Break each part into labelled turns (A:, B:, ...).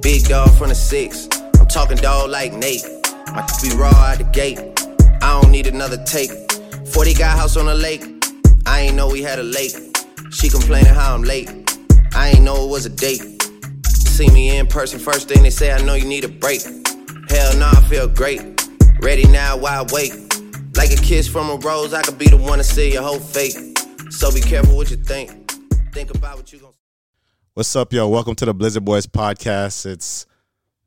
A: Big dog from the six. I'm talking dog like Nate. My be raw out the gate. I don't need another take. 40 got house on the lake. I ain't know we had a lake. She complaining how I'm late. I ain't know it was a date. See me in person, first thing they say, I know you need a break. Hell nah, I feel great. Ready now, wide awake. Like a kiss from a rose, I could be the one to see your whole fate. So be careful what you think. Think about what you gon'
B: What's up, yo? Welcome to the Blizzard Boys podcast. It's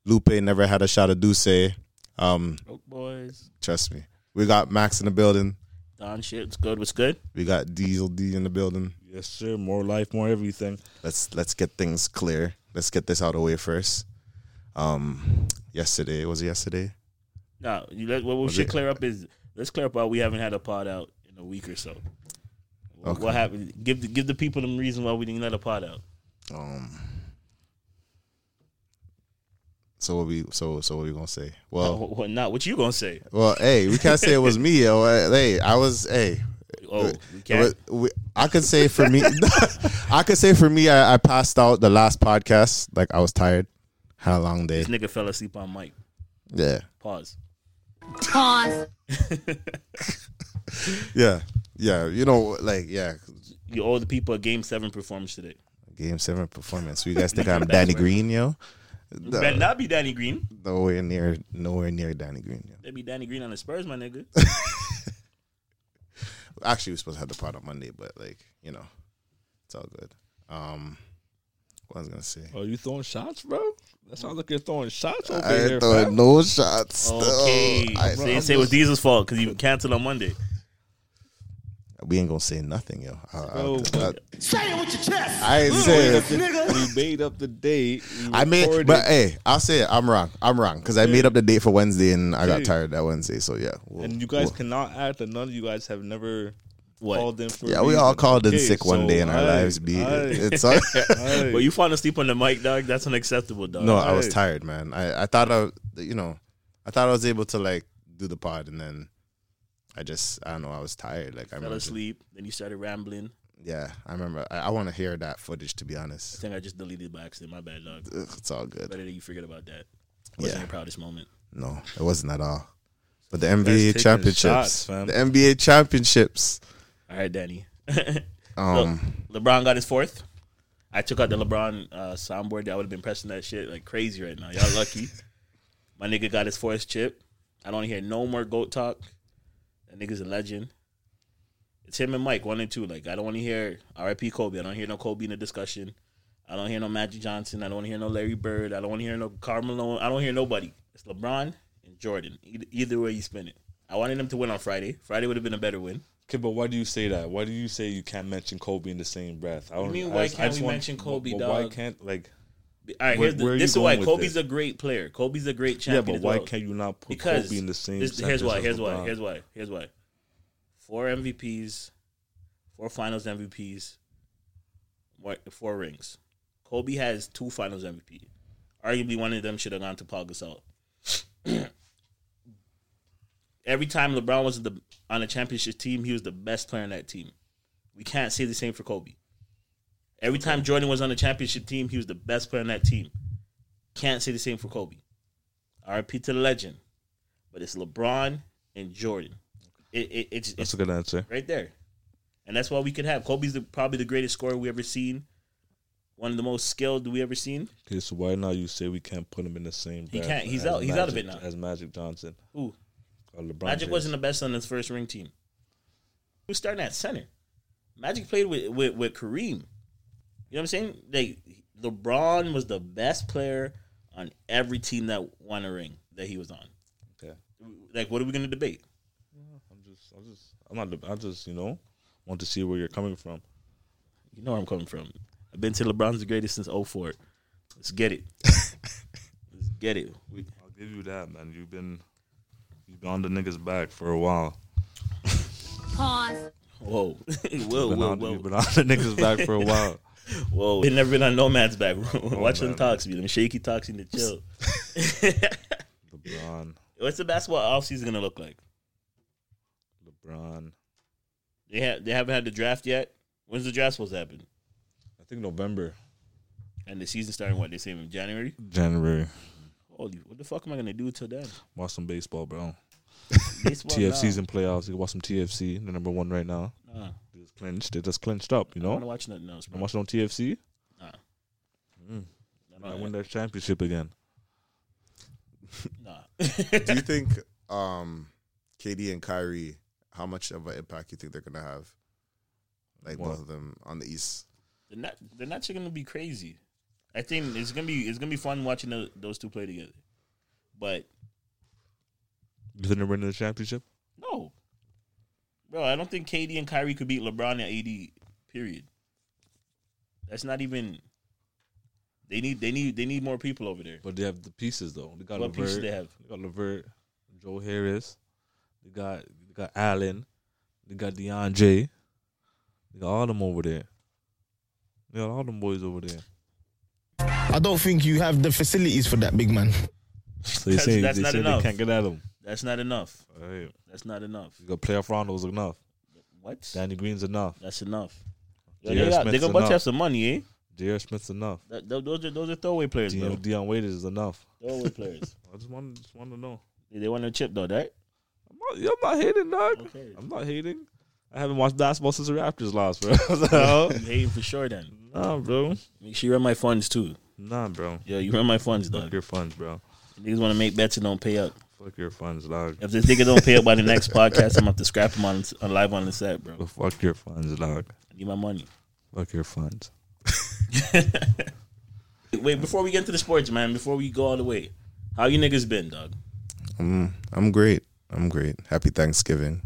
B: Lupe never had a shot of Duce. Um,
C: Broke Boys.
B: trust me. We got Max in the building.
C: Don shit. What's good? What's good?
B: We got Diesel D in the building.
D: Yes, sir. More life, more everything.
B: Let's let's get things clear. Let's get this out of the way first. Um, yesterday was it yesterday?
C: No, you let, what we
B: Was
C: should
B: it-
C: clear up is let's clear up why we haven't had a pod out in a week or so. Wh-
B: Okay.
C: What happened? Give the, give the people the reason why we didn't let a pod out.
B: Um, so what we so so what we gonna say? Well,
C: Wh- wh- not what you gonna say?
B: well, hey, we can't say it was me. Yo. Hey, I was hey.
C: Oh, we
B: It
C: can't.
B: was- we- I could say for me, I could say for me, I, I passed out the last podcast. Like I was tired, had a long day.
C: This nigga fell asleep on mic.
B: Yeah,
C: Pause.
E: Pause.
B: yeah, yeah. You know, like yeah.
C: You owe the people a game seven performance today.
B: Game seven performance. You guys think I'm Danny Green, yo?
C: That Better not be Danny Green.
B: Nowhere near, nowhere near Danny Green. Yo.
C: That'd be Danny Green on the Spurs, my nigga.
B: Actually, we are supposed to have the pod on Monday, but like you know, it's all good. Um, what I was gonna say.
D: Oh, you throwing shots, bro? That sounds like you're throwing shots over
B: I
D: here.
B: ain't throwing
D: fam.
B: no shots.
C: Okay.
B: though. I-
C: say, say it was Diesel's fault because he canceled on Monday.
B: we ain't gonna say nothing, yo. I, I-
D: Bro,
B: I-
F: Say it with your chest.
B: I ain't saying nothing.
D: we made up the date. we
B: I made,
D: recorded
B: but
D: it,
B: hey, I'll say it. I'm wrong. I'm wrong because I made up the date for Wednesday and I got tired that Wednesday. So yeah, we'll-
D: and you guys
B: we'll-
D: cannot act that none of you guys have never
C: What?
D: called in for. a
B: yeah, we
D: reason.
B: all called in
D: Okay,
B: sick one
D: so
B: day in our
D: aight,
B: lives. Be
D: aight,
B: it's all,
D: aight.
C: But you falling asleep on the mic, dog. That's unacceptable, dog.
B: no, I was
D: Alright.
B: tired, man. I I thought I you know, I thought I was able to like do the pod and then I just I don't know I was tired. Like I
C: fell
B: remember,
C: asleep. Then you started rambling.
B: yeah, I remember. I, I want to hear that footage to be
C: I
B: honest.
C: think I just deleted by accident. My bad, dog.
B: Ugh, It's all good.
C: Better that you forget about that. Wasn't
B: Yeah.
C: your proudest moment.
B: No, it wasn't at all. But the
D: guys
B: NBA
D: taking
B: championships,
D: shots,
B: the
D: fam.
B: NBA championships.
C: All right, Danny.
B: Um,
C: Look, LeBron got his fourth. I took out the LeBron uh, soundboard. I would have been pressing that shit like crazy right now. Y'all lucky. My nigga got his fourth chip. I don't hear no more goat talk. That nigga's a legend. It's him and Mike, one and two. Like I don't want to hear R.I.P. Kobe. I don't hear no Kobe in the discussion. I don't hear no Magic Johnson. I don't want to hear no Larry Bird. I don't want to hear no Carmelo. I don't hear nobody. It's LeBron and Jordan. Either, either way you spin it. I wanted them to win on Friday. Friday would have been a better win.
D: Okay, but why do you say that? Why do you say you can't mention Kobe in the same breath? I don't
C: mean,
D: I
C: why
D: just- I
C: can't
D: just
C: we
D: want-
C: mention Kobe,
D: but Why
C: dog?
D: can't like?
C: All right,
D: Where-
C: here's the,
D: where are you
C: this is
D: going
C: why
D: with
C: Kobe's
D: this?
C: a great player. Kobe's a great
D: Yeah,
C: champion.
D: but
C: as
D: why
C: well.
D: can't you not put
C: Because
D: Kobe in the same?
C: this- here's
D: sentence
C: why.
D: as
C: Here's why.
D: LeBron?
C: Here's why. Here's why. Four MVPs, four Finals MVPs, what- four rings. Kobe has two Finals MVP. Arguably, one of them should have gone to Paul Gasol. Every time LeBron was the on a championship team, he was the best player on that team. We can't say the same for Kobe. Every time Jordan was on the championship team, he was the best player on that team. Can't say the same for Kobe. RIP to the legend. But it's LeBron and Jordan. It, it, it's it's
D: That's a good answer.
C: right there. And that's why we could have. Kobe's the, probably the greatest scorer we ever seen. One of the most skilled we ever seen.
D: Okay, so why now you say we can't put him in the same?
C: He
D: breath
C: can't. He's
D: as
C: out- he's out of
D: Magic-
C: it now.
D: As Magic Johnson
C: Ooh,
D: or LeBron.
C: Magic
D: James.
C: wasn't the best on his first ring team. He was starting at center. Magic played with, with, with Kareem. You know what I'm saying? Like LeBron was the best player on every team that won a ring that he was on.
D: Okay.
C: Like, what are we going to debate?
D: I'm just. I'm just. I'm not. the- I just. You know, want to see where you're coming from.
C: You know where I'm coming from. I've been to LeBron's the greatest since 04. Let's get it. Let's get it. We,
D: I'll give you that, man. You've been. You've been on the niggas back for a while.
E: Pause.
C: whoa. whoa,
D: Been
C: whoa,
D: on-
C: whoa.
D: You've been on the niggas back for a while.
C: Whoa, they never been on Nomad's back. Watch them
D: Oh, man.
C: talks be them shaky talks in the chill.
D: LeBron.
C: What's the basketball offseason gonna look like?
D: LeBron.
C: They ha- they haven't had the draft yet. When's the draft supposed to happen?
D: I think November.
C: And the season starting what they say in January.
D: January.
C: Holy, what the fuck am I gonna do till then?
D: Watch some baseball, bro.
C: Baseball, nah.
D: TFC's in playoffs. You can watch some TFC. They're number one right now.
C: Nah,
D: They just clinched. They just clinched up. You
C: I don't wanna
D: know.
C: watch nothing else, bro.
D: I'm watching on TFC.
C: I
D: I
C: don't-
D: win their championship again.
C: Nah.
B: Do you think um, KD and Kyrie, how much of an impact you think they're gonna have? Like
D: What?
B: both of them on the East.
C: They're not. They're not gonna be crazy. I think it's gonna be. It's gonna be fun watching tho- those two play together. But
D: You think they're winning the championship?
C: no, bro. I don't think KD and Kyrie could beat LeBron and AD. Period. That's not even. They need. They need. They need more people over there.
D: But they have the pieces though. They got
C: What
D: Levert.
C: pieces
D: They,
C: they have?
D: got Levert, Joe Harris. They got they got Allen. They got DeAndre. They got all them over there. They got all them boys over there.
F: I don't think you have the facilities for that, big man.
D: So they
C: That's-
D: say
C: that's
D: they,
C: not
D: say they
C: enough.
D: can't get at them.
C: That's not enough.
D: All right.
C: That's not enough.
D: You got playoff Rondo's enough.
C: What?
D: Danny Green's enough.
C: That's enough. Yo,
D: J.R.
C: they got, they
D: Smith's
C: got about to
D: enough.
C: have some money, eh?
D: J.R. Smith's enough.
C: That, tho- those are those are throwaway players, bro.
D: Deion, Deion Waiters is enough.
C: Throwaway players.
D: I just want just want to know.
C: They, they want a chip though, right?
D: I'm not, yeah, I'm not hating, dog.
C: Okay.
D: I'm not hating. I haven't watched basketball since the Raptors lost, bro.
C: Oh,
D: so,
C: you hating for sure. Then
D: nah, bro.
C: make sure you run my funds too.
D: Nah, bro.
C: Yo, you run my funds,
D: Fuck
C: dog.
D: your funds, bro.
C: Niggas want to make bets and don't pay up.
D: Fuck your funds, dog.
C: If this nigga don't pay up by the next podcast, I'm gonna have to scrap him on, on live on the set, bro.
D: But fuck your funds, dog.
C: I need my money.
D: Fuck your funds.
C: Wait, before we get into the sports, man. Before we go all the way, how you niggas been, dog?
B: Um, I'm great. I'm great. Happy Thanksgiving.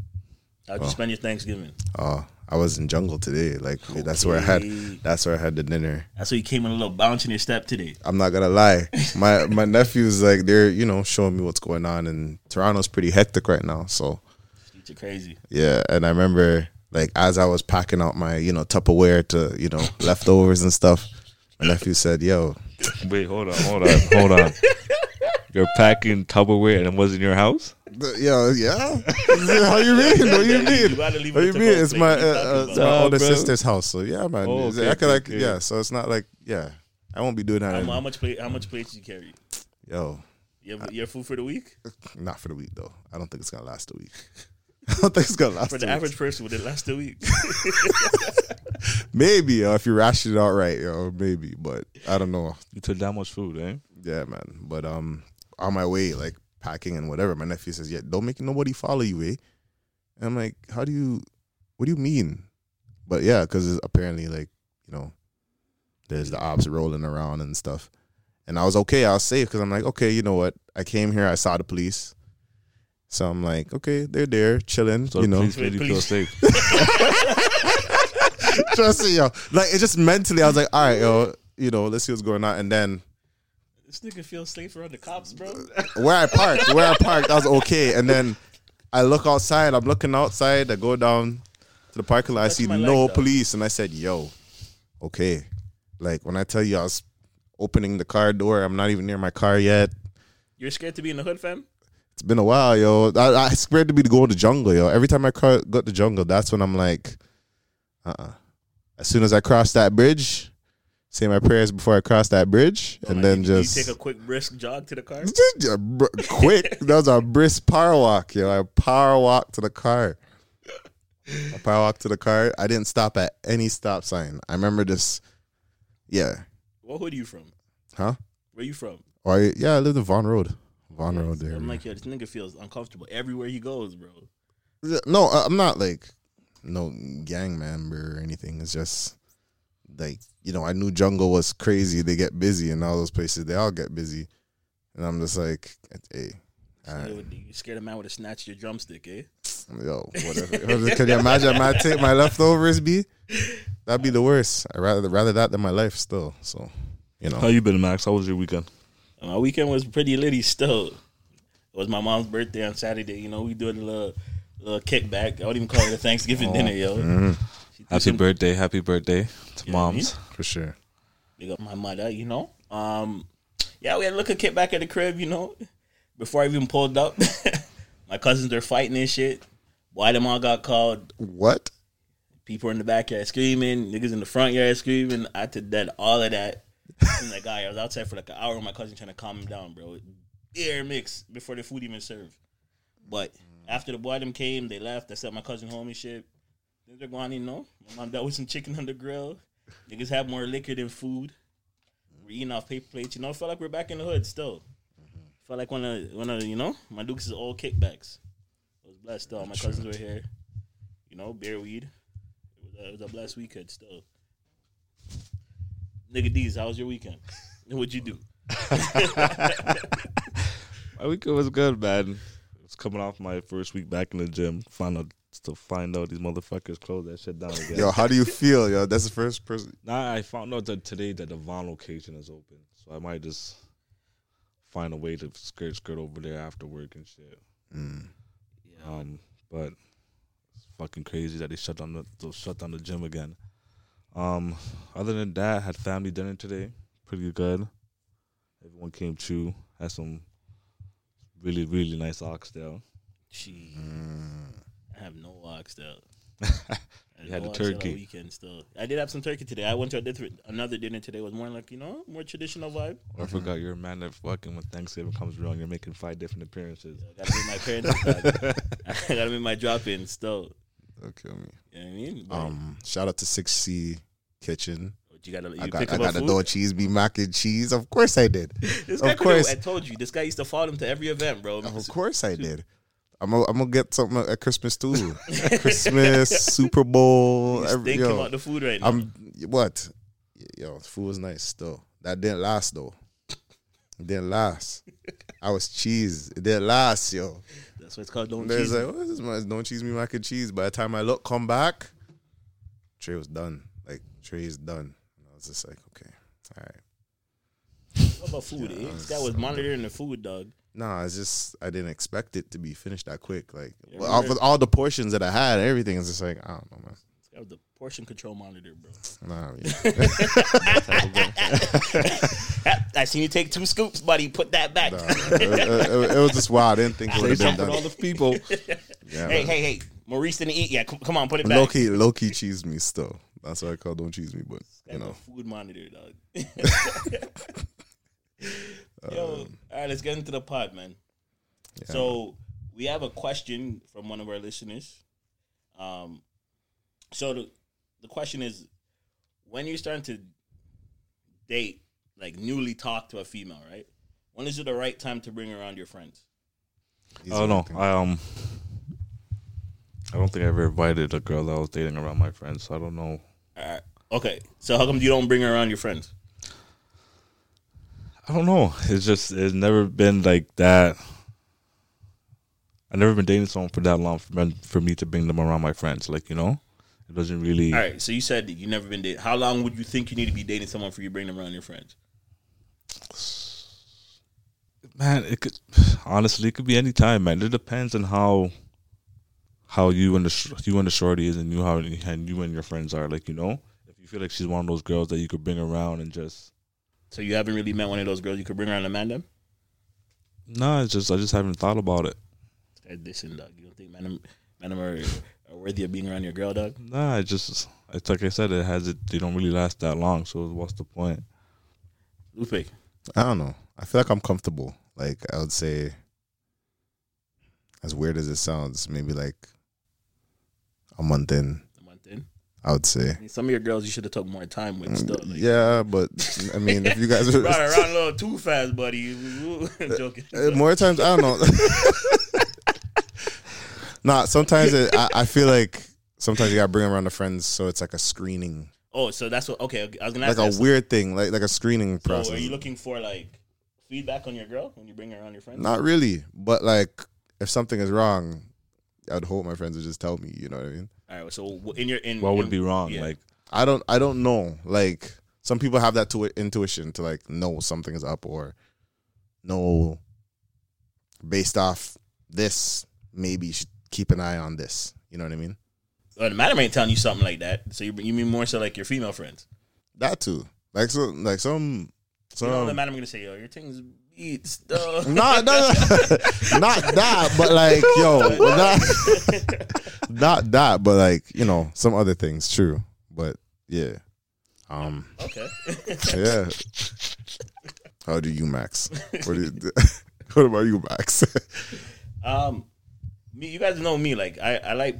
C: How'd you spend your Thanksgiving?
B: Uh, I was in jungle today. Like that's where I had.
C: Okay.
B: That's where I had the dinner.
C: That's why you came in a little bounce in your step today.
B: I'm not gonna lie. My my nephews like they're you know showing me what's going on, and Toronto's pretty hectic right now. So
C: You're crazy.
B: yeah, and I remember like as I was packing out my you know Tupperware to you know leftovers and stuff, my nephew said, "Yo,
D: Wait, hold on, hold on, hold on. You're packing Tupperware and it was in your house?
B: th- yo, yeah, how you mean? What do you
C: You
B: mean?"
C: gotta leave
B: What do you
C: it to
B: mean? It's
C: Coldplay.
B: my
C: What you
B: uh, uh,
C: talking
B: it's
C: about?
B: my
D: Nah,
B: older
D: bro.
B: sister's house, so yeah, man.
D: Oh,
B: It's-
D: okay,
B: I could
D: okay,
B: like
D: okay.
B: yeah, so it's not like yeah, I won't be doing that.
C: How,
B: anymore.
C: how much plate? How much plates you carry?
B: Yo,
C: You have your food for the week?
B: not for the week though. I don't think it's gonna last a week. I don't think it's gonna last
C: For
B: a
C: the
B: week.
C: average person, would it last a week?
B: Maybe yo, if you ration it out right, yo, maybe. But I don't know.
D: You took that much food, eh?
B: Yeah, man. But um, on my way, like packing and whatever, my nephew says, "Yeah, don't make nobody follow you, eh?" And I'm like, "How do you? What do you mean?" But yeah, because apparently, like you know, there's the ops rolling around and stuff. And I was okay. I was safe because I'm like, okay, you know what? I came here. I saw the police. So I'm like, okay, they're there chilling.
D: So
B: you know,
D: please, made you feel
C: Please.
D: safe.
B: Trust me, yo. Like it just mentally, I was like, all right, yo, you know, let's see what's going on. And then
C: this nigga feels safe around the cops, bro.
B: where I parked, where I parked, I was okay. And then I look outside. I'm looking outside. I go down to the parking lot. I see
C: my leg,
B: no
C: though.
B: police, and I said, yo, okay. Like when I tell you, I was opening the car door. I'm not even near my car yet.
C: You're scared to be in the hood, fam?
B: It's been a while, yo. I, I scared to be to go to the jungle, yo. Every time I cro- got the jungle, that's when I'm like, uh, uh As soon as I cross that bridge, say my prayers before I cross that bridge, and
C: Like,
B: then
C: you- you
B: just
C: take a quick brisk jog to the car.
B: a br- quick. That was a brisk power walk, yo. I power walk to the car. I power walk to the car. I didn't stop at any stop sign. I remember just, yeah,
C: What hood are you from?
B: huh?
C: Where you from?
B: Or I, yeah, I lived in Vaughn Road. Vaughn Road there.
C: I'm like, yo, this nigga feels uncomfortable everywhere he goes, bro.
B: No, I- I'm not like no gang member or anything. It's just like you know, I knew jungle was crazy. They get busy in all those places. They all get busy, and I'm just like, hey, all
C: Yo,
B: right,
C: You scared a man would have snatched your drumstick, eh?
B: yo, whatever. Can you imagine? I take my leftovers, be that'd be the worst. I rather rather that than my life still. So you
D: How
B: know,
D: you been, Max? How was your weekend?
C: And my weekend was pretty litty still. It was my mom's birthday on Saturday. You know, we doing a little, little kickback. I would even call it a
B: Oh,
C: Thanksgiving dinner, yo.
B: mm.
C: She threw
D: Happy
C: some-
D: birthday, happy birthday to
C: You know what I mean?
D: moms.
B: for sure.
C: Big up my mother, you know. Um, yeah, we had a look at kid back at the crib, you know. Before I even pulled up, my cousins are fighting and shit. Why them all got called?
B: What?
C: People in the backyard screaming, niggas in the front yard screaming. I had to dead all of that. I'm like, guy, I was outside for like an hour with my cousin trying to calm him down, bro. Beer mix before the food even served. But after the boy them came, they left. I sent my cousin home and shit. Then they're going, you know, my mom dealt with some chicken on the grill. Niggas had more liquor than food. We're eating off paper plates. You know, it felt like we're back in the hood still. Felt like one of one of you know my Dukes is all kickbacks. I was blessed though. My cousins were here. You know, beer weed. It was a, it was a blessed weekend still. Nigga D's, how was your weekend? And What'd you do?
D: My weekend was good, man. It's coming off my first week back in the gym. Find out to find out these motherfuckers closed that shit down again.
B: Yo, how do you feel? Yo, that's the first person.
D: Now I found out that today that the Vaughn location is open, so I might just find a way to skirt skirt over there after work and shit. Um, but it's fucking crazy that they shut down the they'll shut down the gym again. Um, other than that, had family dinner today, pretty good. Everyone came through. Had some really really nice oxtail.
C: She, I have no ox though. I
D: You had
C: no
D: the
C: ox on
D: turkey.
C: Weekend still. I did have some turkey today. I went to a different, another dinner today. It was more like you know, more traditional vibe.
D: I forgot you're a man that fucking when Thanksgiving comes around, you're making five different appearances.
C: I gotta make my parents. proud. I gotta make my drop in still.
B: Okay, me.
C: You know what I mean? But
B: Um, shout out to Six C Kitchen.
C: you gotta you
B: I
C: pick
B: got I
C: up
B: got
C: food.
B: the door cheese, be mac and cheese. Of course I did.
C: This guy
B: of
C: could've-
B: course,
C: I told you, this guy used to follow him to every event, bro.
B: of course I did. I'm gonna I'm gonna get something at Christmas too. Christmas, Super Bowl.
C: He's
B: Every,
C: thinking
B: yo,
C: about the food right now.
B: I'm what? Yo, food was nice still. That didn't last though. It didn't last. I was cheese. It didn't last, yo.
C: That's what it's called. Don't
B: They was
C: cheese.
B: like, what is this man? Don't cheese me mac and cheese. By the time I look, come back, Trey was done. Like Trey is done. And I was just like, okay, all right.
C: What about food? eh? This guy was monitoring the food, dog.
B: Nah, it's just I didn't expect it to be finished that quick. Like
C: Yeah,
B: well, all,
C: remember-
B: with all the portions that I had, everything is just like I don't know, man.
C: This guy was the portion control monitor, bro.
B: Nah, I mean,
C: I seen you take two scoops, buddy. Put that back.
B: nah, it, it- it- it was just wild. I didn't think it would have been
D: But all
B: done.
D: the people,
B: Yeah,
C: hey,
B: man.
C: hey, hey. Maurice didn't eat yet. Come, come on, put it back.
B: Low key, low key cheese me still. That's why I call don't cheese me, but you
C: That's a
B: know.
C: food monitor, dog. Yo,
B: Um,
C: all right, let's get into the pod, man. so we have a question from one of our listeners. Um, so the the question is, when you're starting to date, like newly talk to a female, right? When is it the right time to bring around your friends?
D: oh no, I um, I don't think I ever invited a girl that I was dating around my friends. So I don't know.
C: All right. Okay, so how come you don't bring around your friends?
D: I don't know. It's just it's never been like that. I've never been dating someone for that long for men, for me to bring them around my friends. Like you know, it doesn't really.
C: All right, so you said that you never been dating. How long would you think you need to be dating someone for you to bring them around your friends?
D: man it could honestly it could be any time man it depends on how how you and the sh- you and the shorty is and you how and you and your friends are like you know if you feel like she's one of those girls that you could bring around and just
C: So you haven't really met one of those girls you could bring around a man them?
D: nah it's just i just haven't thought about it
C: Listen, dog, you don't think man them, man them are, are worthy of being around your girl, dog?
D: nah it just it's like i said it has it they don't really last that long so what's the point
C: Lupe,
B: I don't know. I feel like I'm comfortable. Like I would say, as weird as it sounds, maybe like a month in.
C: a month in.
B: I would say.
C: I mean, some of your girls you should have took more time with. Still,
B: Mm,
C: like,
B: Yeah, but I mean, if you guys
C: brought her
B: are
C: around a little too fast, buddy. I'm joking.
B: Uh, more times, I don't know. nah, sometimes it, I, I feel like sometimes you gotta bring around the friends, so it's like a screening,
C: Oh, so that's what. Okay, okay, I was gonna
B: like
C: ask.
B: a
C: that.
B: weird thing, like like a screening
C: so
B: process.
C: are you looking for like feedback on your girl when you bring her around your friends?
B: Not really, but like if something is wrong, I'd hope my friends would just tell me. You know what I mean?
C: All right. So w- in your in
D: what would
C: in-
D: be wrong
C: yeah.
D: like
B: I don't I don't know. Like some people have that to intuition to like know something is up or know based off this maybe you should keep an eye on this. You know what I mean?
C: Oh, the madam ain't telling you something like that. So you you mean more so like your female friends?
B: That too. Like so like some some
C: You know, the madam gonna say, "Yo, your thing's beats." Duh.
B: not, not, not that, but like, yo, not, not that, but like, you know, some other things, true. But yeah, Um,
C: Okay.
B: yeah. How do you, Max? What, do you- what about you, Max?
C: Um, me, you guys know me. Like I, I like.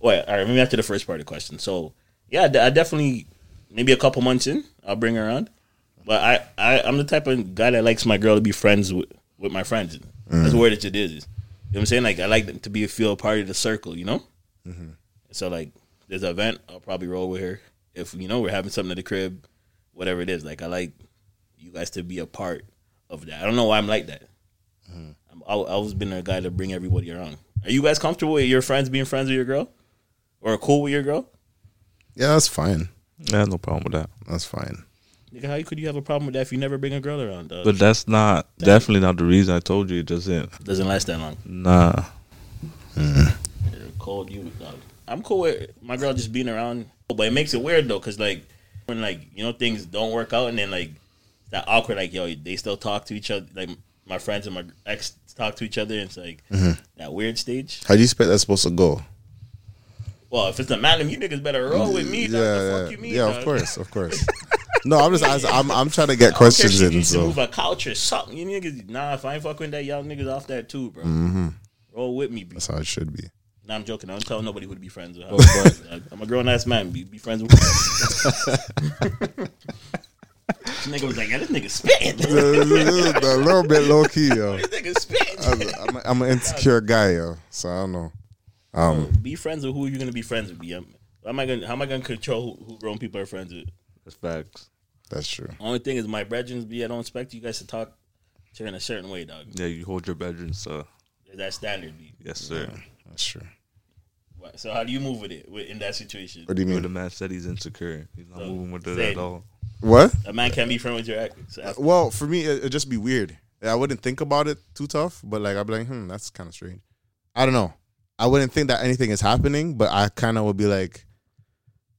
C: Wait, all right. Maybe after the first part of the question. So yeah, I definitely maybe a couple months in, I'll bring her on. But I, I I'm the type of guy that likes my girl to be friends with, with my friends. That's where that it is. You know what I'm saying? Like I like them to be a feel part of the circle. You know. So like, there's an event. I'll probably roll with her if you know we're having something at the crib, whatever it is. Like I like you guys to be a part of that. I don't know why I'm like that. I'm, I, I've always been a guy to bring everybody around. Are you guys comfortable with your friends being friends with your girl, or cool with your girl?
B: yeah, that's fine.
D: Yeah, no problem with that.
B: That's fine.
C: Nigga, how could you have a problem with that if you never bring a girl around? Dog?
D: But that's not definitely not the reason I told you. It doesn't.
C: doesn't last that long.
D: Nah.
C: Mm. You're cold, you dog. I'm cool with my girl just being around, but it makes it weird though, cause like when like you know things don't work out, and then like it's that awkward, like yo, they still talk to each other, like my friends and my ex talk to each other, and it's like
B: Mm-hmm.
C: that weird stage.
B: How do you expect that's supposed to go?
C: Well, if it's a madam, you niggas better roll with me. dog. The fuck
B: yeah,
C: you mean,
B: yeah, of
C: dog?
B: course, of course. no, I'm just asking, I'm I'm trying to get questions
C: She
B: in.
C: needs to
B: So
C: move a couch or something. You niggas, nah. If I ain't fucking with that, y'all niggas off that too, bro.
B: Mm-hmm.
C: Roll with me, bro.
B: that's how it should be.
C: Nah, I'm joking. I don't tell nobody who to be friends with. But I'm a grown ass man. Be, be friends with. this nigga was like, "Yeah, this nigga spitting. this
B: a little bit low key, yo.
C: nigga spitting."
B: I'm, a- I'm an insecure guy, yo. So I don't know.
C: be friends with who you gonna be friends with. Be am am I gonna how am I gonna control who, who grown people are friends with?
D: That's facts.
B: That's true.
C: Only thing is, my brethren, be I don't expect you guys to talk to her in a certain way, dog.
D: Yeah, you hold your bedroom, sir.
C: There's that standard. Be.
D: Yes, sir.
B: That's true.
C: Why- So how do you move with it with- in that situation?
B: What do you
D: But the
B: mean?
D: man said he's insecure. He's not
C: So,
D: moving with it
C: say-
D: at all.
B: What?
C: A man can't be friends with your ex. So that's-
B: Well, for me, it, it'd just be weird. I wouldn't think about it too tough, but like I'd be like, hmm, that's kind of strange. I don't know. I wouldn't think that anything is happening, but I kind of would be like,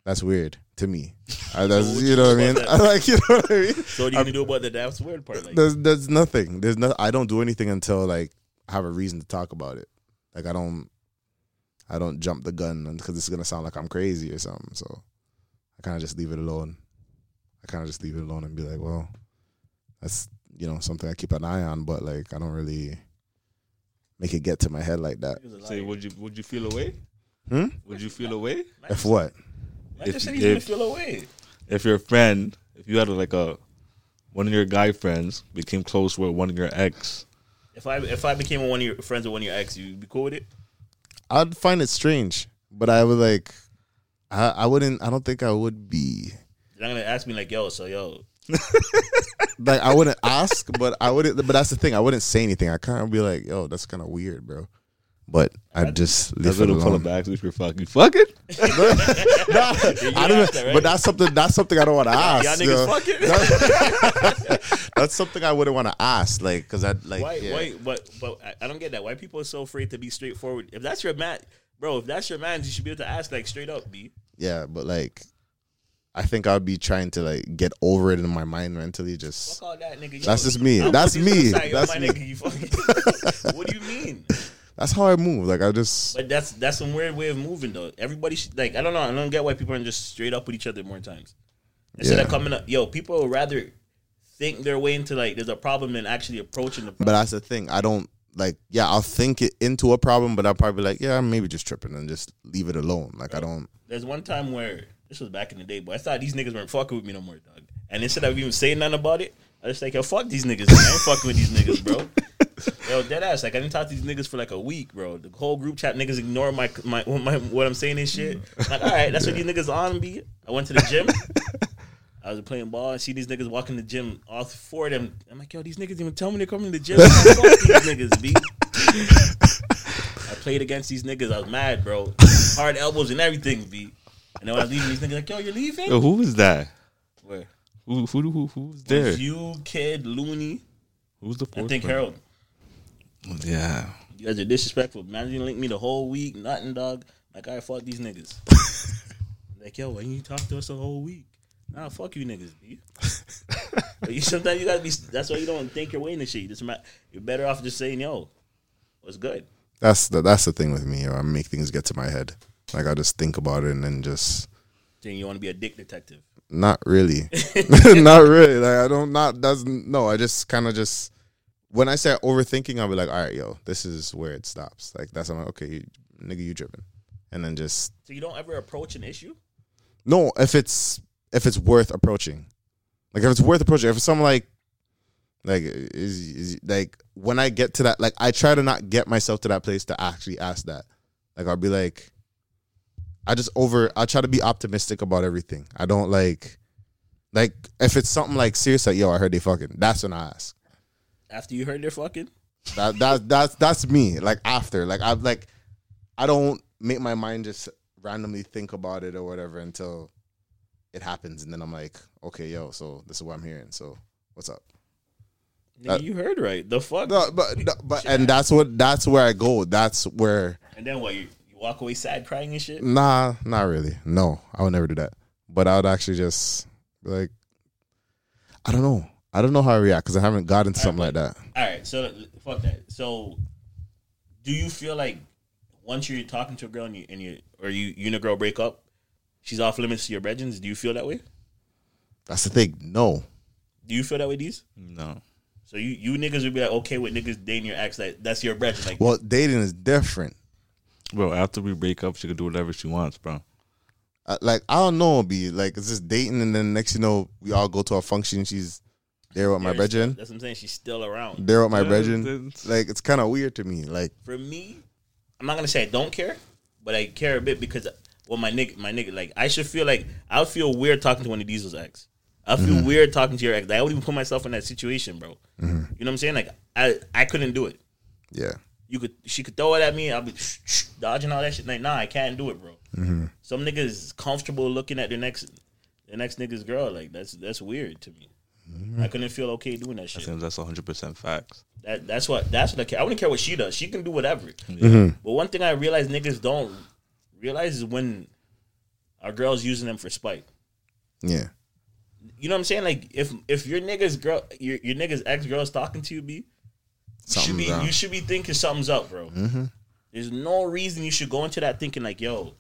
B: that's weird to me. I, that's,
C: would
B: you
C: you
B: know what
C: do
B: I
C: about
B: mean?
C: that?
B: I like, you know what I mean?
C: So what are you gonna do about the that's weird part? Like,
B: There's, there's nothing. There's no. I don't do anything until like I have a reason to talk about it. Like I don't, I don't jump the gun because it's gonna sound like I'm crazy or something. So I kind of just leave it alone. I kind of just leave it alone and be like, well, that's you know something I keep an eye on, but like I don't really make it get to my head like that.
D: Say, would you would you feel away?
B: Hmm?
D: Would you feel away
B: If what?
C: I just
D: If-
C: said he's gonna
D: if-
C: feel away.
D: if your friend, if you had like a one of your guy friends became close with one of your ex?
C: If I if I became one of your friends with one of your ex, you'd be cool with it.
B: I'd find it strange, but I would like, I I wouldn't. I don't think I would be.
C: You're not gonna ask me like, yo, so yo,
B: like I wouldn't ask, but I wouldn't. But that's the thing. I wouldn't say anything. I kind of be like, "Yo, that's kind of weird, bro." But I just
D: That's
B: leave it
D: gonna pull
B: alone.
D: it back if you're fucking fucking.
B: I don't,
C: asked that, right?
B: But that's something. That's something I don't want to ask.
C: y'all
B: you
C: niggas
B: know?
C: fucking.
B: That's something I wouldn't want to ask, like, cause I like.
C: Why?
B: yeah.
C: Why? But but I- I don't get that. Why people are so afraid to be straightforward? If that's your man, bro, if that's your man, you should be able to ask like straight up, b.
B: Yeah, but like, I think I'd be trying to like get over it in my mind mentally. Just
C: Fuck all that, nigga. You
B: That's
C: know,
B: just me.
C: I'm
B: That's
C: putting this
B: me.
C: aside. Yo,
B: That's
C: my
B: me.
C: nigga. You fucking. what do you mean?
B: that's how I move. Like I just
C: But that's that's some weird way of moving though. Everybody should like I don't know. I don't get why people aren't just straight up with each other more times. Instead
B: Yeah.
C: of coming up, yo, people would rather think their way into like there's a problem than actually approaching the problem.
B: But that's the thing. I don't like. Yeah, I'll think it into a problem, but I'll probably be like, yeah, I'm maybe just tripping and just leave it alone. Like I don't.
C: There's one time where this was back in the day, but I thought these niggas weren't fucking with me no more, dog. And instead of even saying nothing about it, I just like, yo, fuck these niggas. man. I ain't fucking with these niggas, bro. Yo, dead ass. Like I didn't talk to these niggas for like a week, bro. The whole group chat niggas ignore my my, my what I'm saying and shit. Like, all right, that's what these niggas on be. I went to the gym. I was playing ball. I see these niggas walking the gym. All four of them. I'm like, yo, these niggas even tell me they're coming to the gym. Fuck these niggas, B. I played against these niggas. I was mad, bro. Hard elbows and everything, B. And then when I was leaving, these niggas like, yo, you're leaving?
D: Yo, who was that?
C: Where?
D: Who who who who was
C: It
D: there?
C: was you, kid, Looney,
D: Who's the
C: and
D: fourth?
C: think
D: one?
C: Harold.
D: Yeah.
C: You guys are disrespectful. Man, you linked me the whole week. Nothing, dog. Like, I fuck these niggas. like, yo, why you talk to us the whole week? Nah, fuck you niggas, B. but you, sometimes you gotta be. That's why you don't think you're waiting shit. You just, ma- you're better off just saying, yo, what's good?
B: That's the that's the thing with me. Yo. I make things get to my head. Like I just think about it and then just
C: Then you wanna be a dick detective.
B: not really, not really. Like I don't not that's no. I just kind of just when I say overthinking, I'll be like, all right, yo, this is where it stops. Like that's I'm like, okay, you, nigga, you driven, and then just
C: So you don't ever approach an issue?
B: no. If it's if it's worth approaching, like if it's worth approaching, if it's something like like is, is like when I get to that, like I try to not get myself to that place to actually ask that. Like I'll be like, I just over. I try to be optimistic about everything. I don't like. Like if it's something like serious, like yo, I heard they fucking. That's when I ask.
C: After you heard they're fucking?
B: That that that's that's me. Like after, like I've like, I don't make my mind just randomly think about it or whatever until it happens, and then I'm like, okay, yo, so this is what I'm hearing. So what's up?
C: Nigga, you heard right. The fuck?
B: No, but no, but and that's what that's where I go. That's where
C: And then what? You, you walk away sad crying and shit?
B: nah, not really. No, I would never do that. But I would actually just be like, I don't know. I don't know how I react because I haven't gotten to something like that.
C: All right, so l- fuck that. So, do you feel like once you're talking to a girl and you and you or you you and a girl break up, she's off limits to your brethrens? Do you feel that way?
B: That's the thing. No,
C: Do you feel that way, these?
D: No.
C: So you you niggas would be like okay with niggas dating your ex like that's your brethren. Like
B: well, dating is different.
D: Bro, after we break up, she can do whatever she wants, bro.
B: I- like I don't know, be like it's just dating, and then next you know we all go to a function. She's there with my
C: there's-
B: brethren,
C: That's what I'm saying. She's still around.
B: there with my
D: Yeah,
B: brethren.
D: that's-
B: Like it's kind of weird to me. Like
C: For me, I'm not gonna say I don't care, but I care a bit because well my nigga my nigga like I should feel like I would feel weird talking to one of Diesel's ex. I feel weird talking to your ex. Like, I would even put myself in that situation, bro. You know what I'm saying? Like I I couldn't do it.
B: yeah,
C: you could she could throw it at me. I'll be dodging all that shit. Like, nah, I can't do it, bro. Some niggas is comfortable looking at the next the next nigga's girl. Like that's that's weird to me. I couldn't feel okay doing that shit.
D: Seems that's 100% facts.
C: That, that's what that's what I care. I wouldn't care what she does. She can do whatever. But one thing I realize niggas don't realize is when our girls using them for spite.
B: yeah,
C: You know what I'm saying? Like if if your niggas girl your your niggas ex girl's talking to you, b you should
B: Something's
C: be
B: wrong.
C: you should be thinking something's up, bro.
D: Mm-hmm.
C: There's no reason you should go into that thinking like, yo,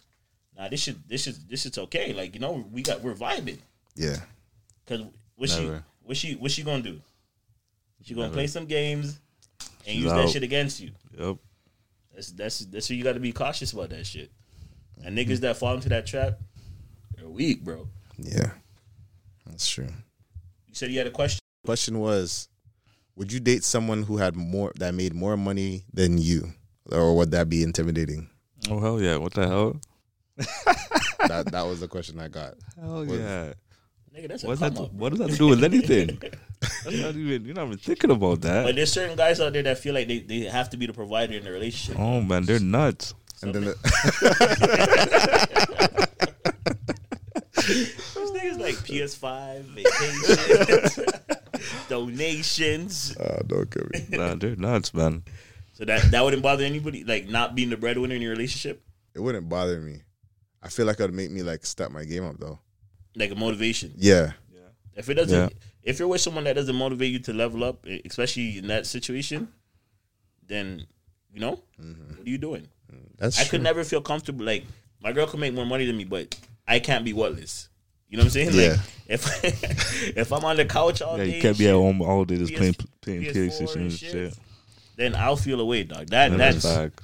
C: nah, this should this is this is okay. Like you know we got we're vibing
B: yeah.
C: because what she
D: Never.
C: what she what she gonna do? She gonna
D: Never.
C: play some games and
D: She's
C: use that
D: out.
C: shit against you.
D: Yep.
C: That's that's that's why you got to be cautious about that shit. And niggas that fall into that trap, they're weak, bro.
B: Yeah, that's true.
C: You said you had a question.
B: Question was, would you date someone who had more that made more money than you, or would that be intimidating?
D: Oh, hell yeah. What the hell?
B: that that was the question I got.
D: Hell
B: What-
D: yeah.
C: Nigga, that's a
D: What's
C: come
D: that,
C: up.
D: what does that have to do with anything? That's not even, you're not even thinking about
C: But
D: that.
C: there's certain guys out there that feel like they, they have to be the provider in the relationship.
D: Oh, man, they're nuts.
B: And then the,
C: Those niggas like PS5, vacations, donations.
B: uh, don't kill me.
D: Nah, they're nuts, man.
C: So that that wouldn't bother anybody, like not being the breadwinner in your relationship,
B: It wouldn't bother me. I feel like it would make me like step my game up though.
C: like a motivation.
B: Yeah,
C: If it doesn't,
D: Yeah.
C: if you're with someone that doesn't motivate you to level up, e- especially in that situation, then you know
B: Mm-hmm.
C: what are you doing?
B: that's
C: I could never feel comfortable. Like my girl could make more money than me, but I can't be worthless. You know what I'm saying? Like
B: Yeah.
C: if if I'm on the couch all
D: Yeah,
C: day,
D: you can't be
C: shit,
D: at home all day just
C: PS
D: playing, playing
C: PS4
D: PlayStation
C: and
D: and
C: shit.
D: shit.
C: then I'll feel away, dog. That
D: That's
C: that's
D: facts.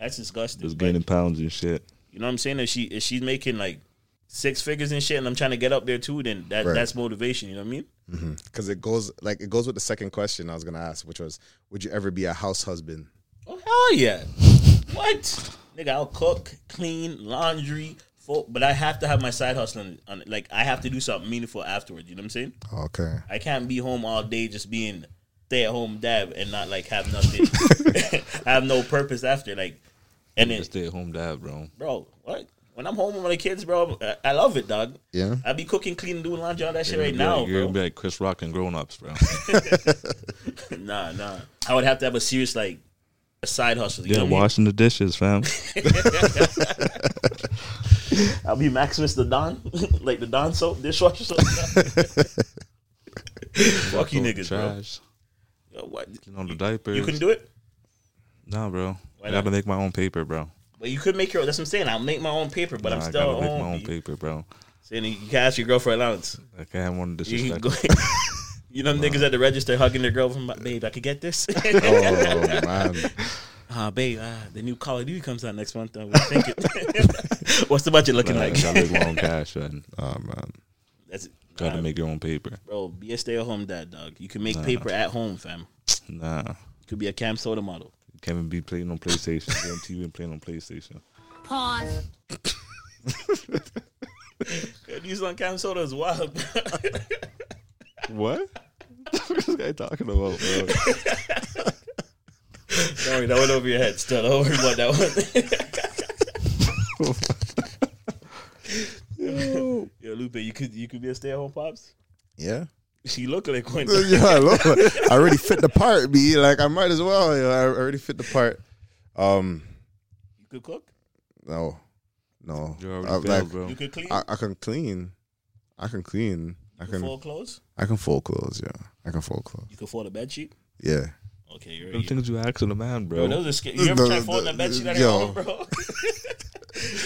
C: that's disgusting.
D: Just
C: Like,
D: gaining pounds and shit.
C: You know what I'm saying? If she if she's making like six figures and shit, and I'm trying to get up there too, then that
B: Right.
C: that's motivation. You know what I mean?
B: because it goes like it goes with the second question I was gonna ask, which was, would you ever be a house husband?
C: Oh hell yeah! what nigga? I'll cook, clean, laundry, fo- but I have to have my side hustle. On, on, like I have to do something meaningful afterwards. You know what I'm saying?
B: Okay,
C: I can't be home all day just being stay at home dad and not like have nothing, have no purpose after. Like, and then
D: Just stay at home dad, bro.
C: bro, what? When I'm home with my kids, bro, I, I love it, dog.
B: yeah,
C: I be cooking, cleaning, doing laundry, all that shit
D: You're
C: right
D: gonna be
C: now,
D: like- You're
C: bro.
D: gonna be like Chris Rock and grown ups, bro.
C: Nah, nah. I would have to have a serious like a side hustle. You
D: Yeah,
C: know what
D: washing the dishes, fam.
C: I mean? I'll be Maximus the Don, like the Don soap dishwasher. Soap. Fuck you niggas, bro.
D: Trash.
C: Yo, what?
D: Clean all the diapers.
C: You couldn't do it,
D: Nah, bro.
C: Why
D: I gotta
C: not?
D: make my own paper, bro.
C: but you could make your. That's what I'm saying. I'll make my own paper, but
D: Nah,
C: I'm
D: I
C: still
D: gotta
C: at
D: make my
C: home.
D: own
C: B.
D: paper, bro.
C: Saying you can ask your girl for allowance.
D: I can't want to
C: You can
D: disrespect.
C: go. You know, them niggas at the register hugging their girl from, babe, I could get this.
B: Oh man,
C: Ah, babe, uh, the new Call of Duty comes out next month. Uh, what you thinking? What's the budget looking like?
D: Gotta make my own cash, man.
B: oh man.
C: That's it.
D: Gotta
C: Nah,
D: make your own paper.
C: bro. Be a stay-at-home dad, dog. You can make paper at home, fam.
D: Nah,
C: Could be a Cam Soda model.
D: can't even be playing on PlayStation. Be on TV and playing on PlayStation.
E: Pause.
C: These on Cam Soda as well.
D: What? what is this guy talking about? Bro?
C: Don't worry, that went over your head. Still, don't worry about that one. Yo, Lupe, you could you could be a stay-at-home pops.
B: Yeah.
C: She look like one.
B: yeah, I love it. I already fit the part, B. Like I might as well. You know, I already fit the part. Um,
C: You could cook.
B: no, no.
D: You
B: I,
D: already failed,
B: like,
D: bro.
C: You could clean.
B: I, I can clean. I can clean. I
C: you could
B: can.
C: fold clothes.
B: I can fold clothes. Yeah, I can fold clothes.
C: You could fold a bed sheet.
B: Yeah.
C: Okay, you're.
D: Them
C: you
D: things you ask of the man,
C: Bro,
D: bro.
C: those are scary. You ever try
B: The-
C: folding a bed sheet
B: the-
C: on your
B: yo.
C: own, bro?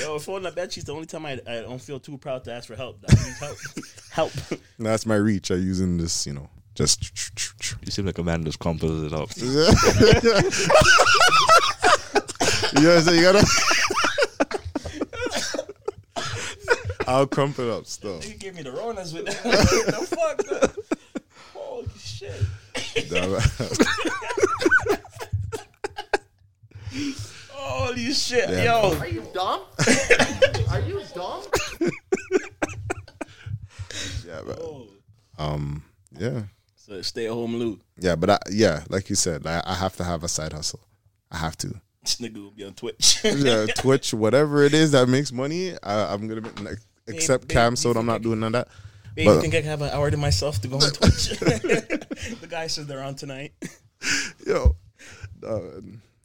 C: yo, folding a bed sheet's the only time I, I don't feel too proud to ask for help. I need help. help.
B: No, that's my reach. I using this. You know, just.
D: You seem like a man that's composed it up.
B: You know what I'm saying? You gotta. I'll crump it up still.
C: You gave me the Ronas with that. the fuck? man? Holy shit. Holy shit.
B: Yeah.
C: Yo,
G: Are you dumb? Are you dumb?
B: yeah, but, um, yeah,
C: So stay at home Lou.
B: yeah, but I, yeah, like you said, I, I have to have a side hustle. I have to.
C: This nigga will be on Twitch.
B: Yeah, Twitch, whatever it is that makes money, I, I'm gonna make, like, except
C: babe,
B: Cam
C: you
B: Soda. I'm
C: think I
B: not doing none of that.
C: Babe,
B: But-
C: you think I can have an hour to myself to go on Twitch? the guy says they're on tonight.
B: Yo, uh,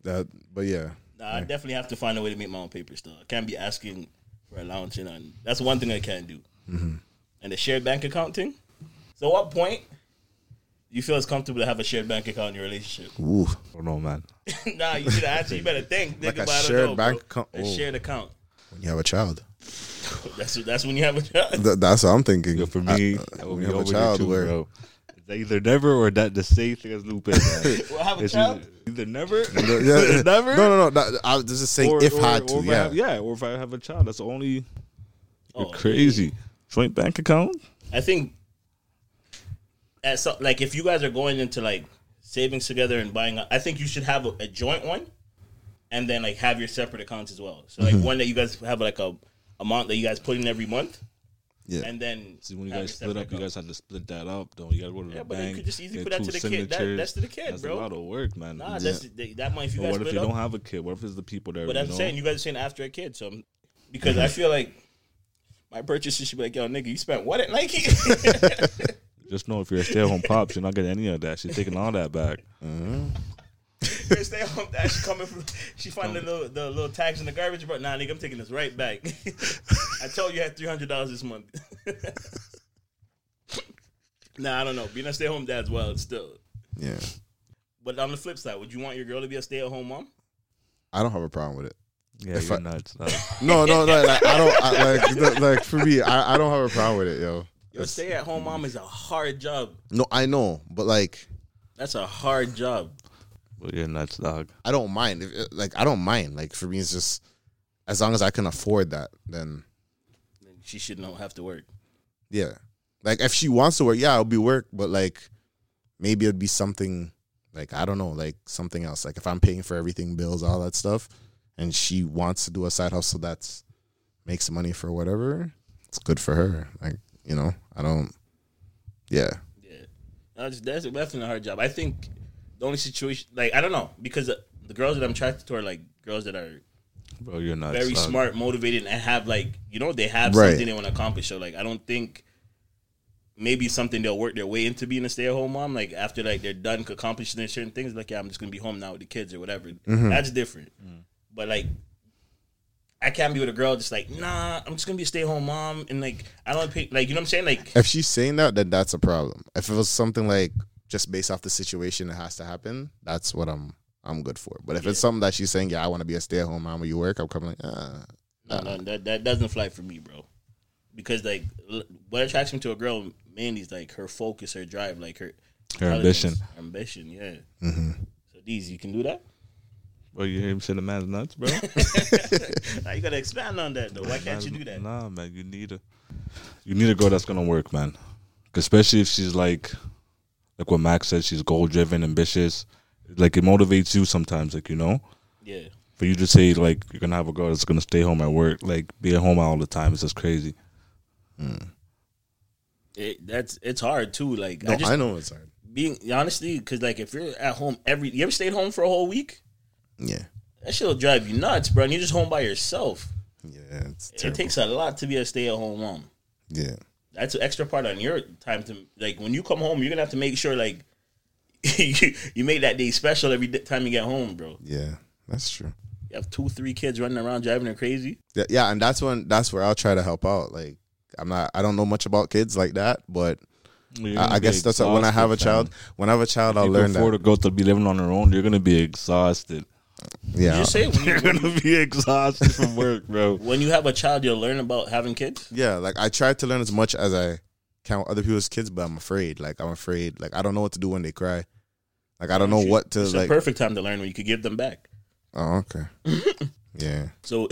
B: that, but yeah,
C: Nah, I definitely have to find a way to make my own papers. Though I can't be asking for allowance, you know, and that's one thing I can't do.
B: Mm-hmm.
C: And the shared bank account thing. So, what point you feel it's comfortable to have a shared bank account in your relationship?
B: ooh,
D: Oh no, man.
C: nah, you should answer. You better think.
B: Like
C: think
B: a
C: about it,
B: shared
C: though,
B: bank
C: bro.
B: account-
C: A
B: oh.
C: shared account.
B: when you have a child,
C: That's that's when you have a job.
B: Th- that's what I'm thinking.
D: Yo, for me,
B: I- uh,
D: I,
B: when you
D: would be
B: have a
D: over
B: child,
D: child, too,
B: where-
D: bro. It's either never or that the same thing as Lupe. Man.
C: Well, have a
D: It's
C: child.
D: either, either never,
B: No, Uh, yeah,
D: either never.
B: No, no, no. That, I was just saying if had to,
D: or if I
B: yeah.
D: have- yeah, or if I have a child, that's the only
C: Oh,
D: crazy joint bank account.
C: I think at some, like if you guys are going into like savings together and buying, I think you should have a, a joint one, and then like have your separate accounts as well. So like one that you guys have like a amount that you guys put in every month,
B: Yeah.
C: and then
D: See, when you
C: have
D: guys
C: your separate
D: split up, you
C: account.
D: guys had to split that up. Though you gotta go to the
C: Yeah,
D: bank.
C: but then you could just easily
D: get
C: put that
D: two
C: to the kid. That-
D: signatures.
C: that's to the kid,
D: that's
C: bro.
D: A lot of work, man.
C: nah, that's that might if you
D: But
C: guys
D: what if
C: split
D: you
C: up.
D: don't have a kid? What if it's the people there?
C: but
D: you
C: I'm
D: know? Mm-hmm.
C: saying you guys are saying after a kid, so I'm- because I feel like. My purchases should be like, yo, nigga, you spent what at Nike?
D: just know if you're a stay-at-home pops, you're not getting any of that. She's taking all that back.
C: Stay home. She coming from. She find the little the little tags in the garbage. But nah, nigga, I'm taking this right back. I told you I had three hundred dollars this month. nah, I don't know. Being a stay at home dad's wild still.
B: yeah.
C: But on the flip side, would you want your girl to be a stay at home mom?
B: I don't have a problem with it.
D: Yeah,
B: If
D: you're
B: I-
D: nuts.
B: No, no, no. Like, I don't I, like th- like for me. I, I don't have a problem with it, yo.
C: Your stay at home mom is a hard job.
B: No, I know, but like
C: That's a hard job.
D: But you're nuts, dog.
B: I don't mind. If, it- like I don't mind. Like for me, it's just as long as I can afford that, then
C: She should not have to work.
B: yeah. Like if she wants to work, yeah, it'll be work. But like maybe it'd be something like I don't know, like something else. Like if I'm paying for everything, bills, all that stuff, and she wants to do a side hustle that's makes money for whatever, it's good for her. Like you know, I don't. Yeah,
C: Yeah, that's that's definitely a hard job. I think the only situation, like I don't know, because the, the girls that I'm attracted to are like girls that are
D: Bro, you're nuts. uh,
C: very
D: dog.
C: smart, motivated, and have like you know they have
B: Right.
C: something they want to accomplish. So like I don't think maybe something they'll work their way into being a stay at home mom. Like after like they're done accomplishing their certain things, like yeah, I'm just gonna be home now with the kids or whatever. That's different. But like. I can't be with a girl just like, nah, I'm just gonna be a stay at home mom and like I don't pay like you know what I'm saying? Like
B: if she's saying that, then that's a problem. If it was something like just based off the situation, it has to happen. That's what I'm I'm good for. But if it's something that she's saying, yeah, I want to be a stay at home mom where you work, I'm coming like, ah,
C: no, no, that that doesn't fly for me, bro. because like l- what attracts me to a girl mainly is like her focus, her drive, like her
D: Her ambition.
C: intelligence, her ambition, yeah. So these you can do that.
D: Well, you hear him say the man's nuts, bro?
C: Now you gotta expand on that though. Why can't you do that?
D: Nah, man, you need a you need a girl that's gonna work, man. 'Cause Especially if she's like like what Max said, she's goal driven, ambitious. Like it motivates you sometimes, like you know.
C: Yeah,
D: For you to say like you're gonna have a girl that's gonna stay home at work, like be at home all the time, it's just crazy.
C: it, that's it's hard too. Like
B: No,
C: I just
B: I know it's hard.
C: being honestly, because like if you're at home every, you ever stayed home for a whole week?
B: Yeah,
C: That shit'll drive you nuts, bro. And you're just home by yourself.
B: yeah, it's terrible.
C: It takes a lot to be a stay-at-home mom.
B: yeah,
C: that's an extra part on your time to like when you come home you're gonna have to make sure like you, you make that day special every di- time you get home bro
B: yeah, that's true.
C: you have two three kids running around driving her crazy
B: Yeah, yeah, and that's when that's where I'll try to help out. Like I'm not, I don't know much about kids like that, but I, I guess that's when I have a child. When I have a child, I'll learn
D: Before the
B: that.
D: girl to be living on her own, you're gonna be exhausted.
B: Yeah,
C: you just say when you,
D: You're gonna be exhausted from work, bro.
C: when you have a child you'll learn about having kids
B: yeah. Like I try to learn as much as I can with other people's kids, but I'm afraid. Like I'm afraid. Like I don't know what to do when they cry. Like I don't know what to
C: it's a
B: like.
C: perfect time to learn when you could give them back
B: Oh, okay. yeah.
C: so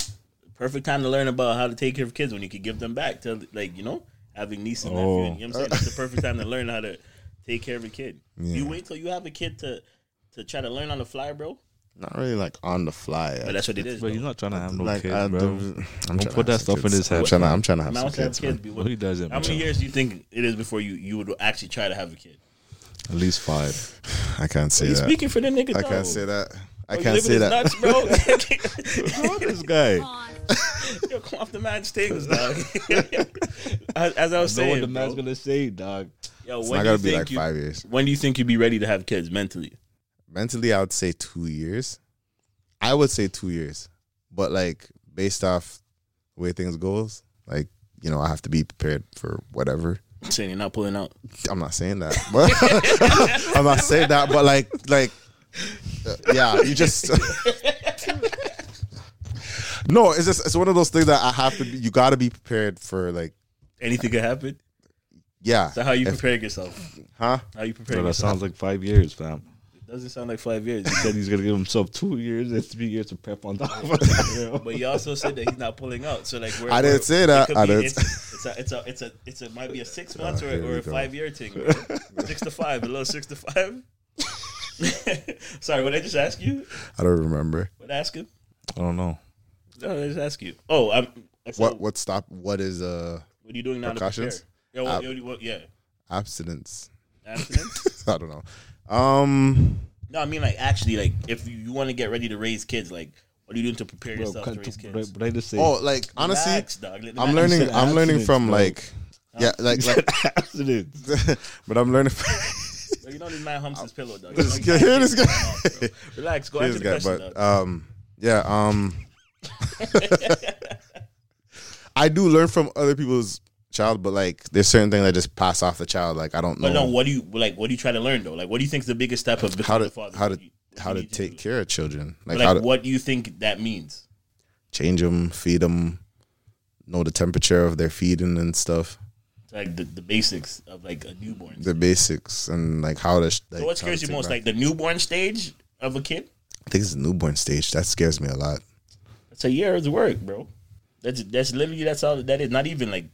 C: perfect time to learn about how to take care of kids when you could give them back to like you know having nieces and nephew, you
D: Oh.
C: know what i'm saying it's the perfect time to learn how to take care of a kid you wait till you have a kid to to try to learn on the fly bro
B: Not really like on the fly.
C: but that's what it is
D: But
C: though.
D: he's not trying to have no
B: like, I
D: kids, bro.
B: don't- I'm
D: Don't
B: trying to
D: put
B: have
D: that
B: some
D: stuff in
B: kids.
D: his
B: I'm
D: head,
B: trying to,
D: man.
B: I'm trying to have
C: Now
B: some
C: it's have
B: kids. man.
C: kids. be
D: Well, he
C: with-
D: doesn't.
C: How many
D: bro.
C: years do you think it is before you, you would actually try to have a kid?
D: At least five.
B: I can't say
C: He's
B: that.
C: speaking for the nigga.
B: I
C: dog.
B: can't say that. I
C: Oh, you
B: can't
C: living
B: say
C: his
B: that.
C: Nuts, bro.
D: Look at this guy.
E: pause,
C: Yo, come off the man's things, dog. as, as I was
D: Know
C: saying,
D: what the man's
C: bro.
D: gonna say, dog.
C: yo,
B: It's not
C: when do you
B: gonna be
C: think
B: like
C: you,
B: five years.
C: When do you think you'd be ready to have kids mentally?
B: Mentally, I would say two years. I would say two years, but like based off the way things goes, like you know, I have to be prepared for whatever.
C: Saying you're not pulling out.
B: I'm not saying that, but I'm not saying that, but like like uh, yeah, you just. No, it's just it's one of those things that I have to. Be, you got to be prepared for, like,
C: Anything could happen.
B: yeah,
C: So how you
B: If-
C: prepare yourself?
B: huh?
C: How you prepare
D: Bro, that
C: yourself?
D: sounds like five years, fam.
C: It doesn't sound like five years.
D: He said he's gonna give himself two years and three years to prep on top of that.
C: But you also said that he's not pulling out. So like, we're,
B: I didn't
C: we're-
B: say
C: it
B: that.
C: could
B: I
C: be-
B: didn't-
C: It's, it's a, it's a, it's a, it's a, might be a six months
B: Oh,
C: or,
B: here
C: or
B: we
C: a
B: go.
C: five year thing. bro. six to five, a little six to five. Sorry, what I just ask you?
B: I don't remember.
C: What I ask him?
D: I don't know.
C: No, I just ask you. Oh, I'm. I said,
B: What
C: what?
B: what stop? What is uh
C: are you doing now?
B: Precautions?
C: To prepare? Yeah, what,
B: Uh,
C: yo, what- yeah.
B: abstinence?
C: Abstinence?
B: I don't know. Um,
C: no, I mean like actually, like if you, you want to get ready to raise kids, like what are you doing to prepare
D: Bro,
C: yourself
D: cut
C: to raise
D: to-
C: kids?
D: but I just say,
B: oh, like honestly,
C: Relax, dog. Let the
B: I'm
C: man-
B: learning.
D: said
B: I'm learning from
D: abstinence,
B: like, yeah, like, like
D: accident.
B: but I'm learning.
C: Yo, You know this man humps his pillow, dog. You know
B: This
C: you
B: guy-
C: can't
B: hear
C: take
B: this
C: that
B: guy?
C: off, bro. Relax. Go
B: Hear
C: answer
B: this
C: the
B: guy,
C: question,
B: but
C: dog.
B: um, yeah, um, I do learn from other people's child, but like, there's certain things I just pass off the child. Like, I don't know
C: But no, what do you like? What do you try to learn though? Like, what do you think is the biggest step of becoming
B: how
C: a
B: to
C: father?
B: how
C: What
B: to
C: do you- what do
B: how
C: you
B: to
C: need
B: take
C: do?
B: care of children.
C: But,
B: Like,
C: Like,
B: how to
C: what do you think that means?
B: change them, feed them, know the temperature of their feeding and stuff.
C: Like the, the basics of like a newborn.
B: the basics and like how to. sh- Like,
C: so what scares you most? Like the newborn stage of a kid?
B: I think it's the newborn stage that scares me a lot.
C: That's a year's work, bro. That's that's literally that's all that is. Not even like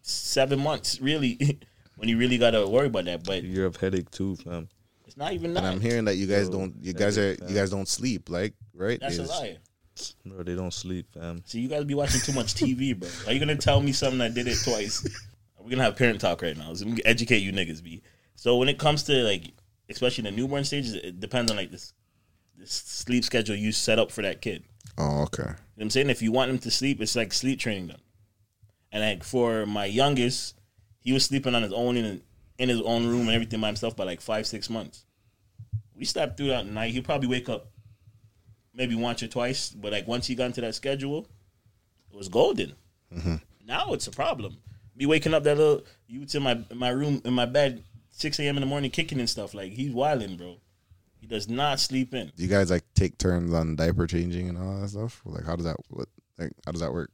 C: seven months, really. when you really gotta worry about that, but
D: You're of headache too, fam.
C: it's not even
B: And
C: that.
B: I'm hearing that you guys don't, you guys are, you guys don't sleep, like right?
C: That's a
B: It's-
C: lie.
D: Bro, they don't sleep, fam.
C: So you guys be watching too much TV, bro. Are you gonna tell me something I did it twice? We're gonna have parent talk right now. So I'm gonna educate you niggas, b. So when it comes to like, especially the newborn stages, it depends on like this, this sleep schedule you set up for that kid.
B: Oh, okay.
C: You know what I'm saying? If you want them to sleep, it's like sleep training them. And like for my youngest, he was sleeping on his own in in his own room and everything by himself by like five, six months. We slept through that night. He'd probably wake up maybe once or twice, but like once he got into that schedule, it was golden. Now it's a problem. Be waking up that little you in my in my room in my bed six a.m. in the morning kicking and stuff. Like he's wilding, bro. He does not sleep in.
B: Do you guys like take turns on diaper changing and all that stuff? Like, how does that? What? Like, how does that work?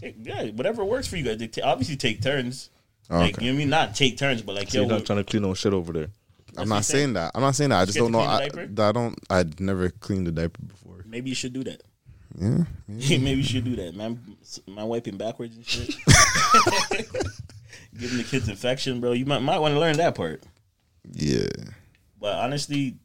C: Take, yeah, whatever works for you guys. They ta- obviously take turns.
B: Oh,
C: Like
B: okay.
C: you know what I mean? Not take turns, but like
D: So
C: yo,
D: you're not trying to clean no shit over there.
B: I'm
C: what he
B: not
C: said.
B: saying that. I'm not saying that. I just
C: get
B: don't
C: to
B: know.
C: clean the
B: I,
C: diaper?
B: I don't. I'd never cleaned a diaper before.
C: maybe you should do that.
B: Yeah. Mm.
C: maybe you should do that, man. Man, wiping backwards and shit. Giving the kids infection, bro. You might might want to learn that part.
B: Yeah.
C: But honestly,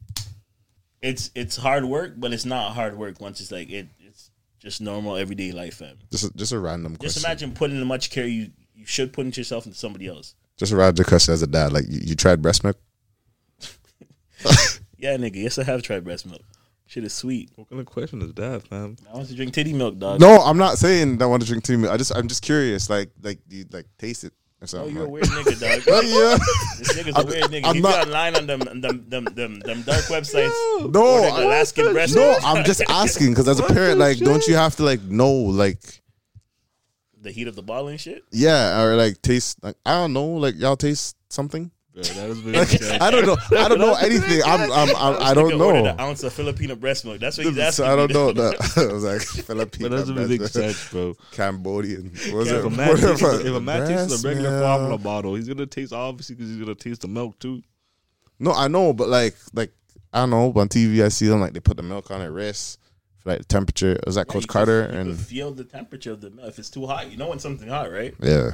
C: it's it's hard work, but it's not hard work once it's like it, it's just normal everyday life, fam.
B: Just a, just a random
C: Just
B: question.
C: imagine putting the much care you you should put into yourself into somebody else.
B: Just a random question as a dad. Like you, you tried breast milk.
C: Yeah, nigga. Yes, I have tried breast milk. Shit is sweet.
D: What kind of question is that, fam?
C: I want to drink titty milk, dog.
B: No, I'm not saying that I want to drink tea milk. I just I'm just curious. Like like do you like taste it or
C: Oh,
B: something?
C: you're a
B: like,
C: weird nigga, dog.
B: yeah.
C: This nigga's a weird nigga.
B: I'm
C: he
B: not-
C: be online on them them them them, them dark websites.
B: No,
C: or the
B: I-
C: Alaskan breast.
B: no, I'm just asking because as a parent, like, don't you have to like know like
C: the heat of the ball and shit.
B: yeah or like taste like I don't know like y'all taste something.
D: Yeah, that is really sad.
B: I don't know. I don't know anything. I'm, I'm, I'm I
C: Nigga
B: don't
C: ordered
B: know.
C: an ounce of Filipino breast milk. That's what he's
B: So
C: asking.
B: I don't
C: me.
B: know. No, I was like
D: That
B: Filipino,
D: doesn't really make
B: that's-
D: sense, bro.
B: Cambodian. What Was
D: If
B: it?
D: a man takes,
B: Whatever.
D: if a man takes
B: Breast
D: the regular
B: milk.
D: formula bottle, he's gonna taste obviously because he's gonna taste the milk too.
B: No, I know, but like, like I don't know. On TV, I see them like they put the milk on their wrist for like the temperature. It was that
C: Yeah,
B: Coach
C: you
B: Carter?
C: can- you
B: and
C: can feel the temperature of the milk. If it's too hot, you know when something hot, right?
B: yeah,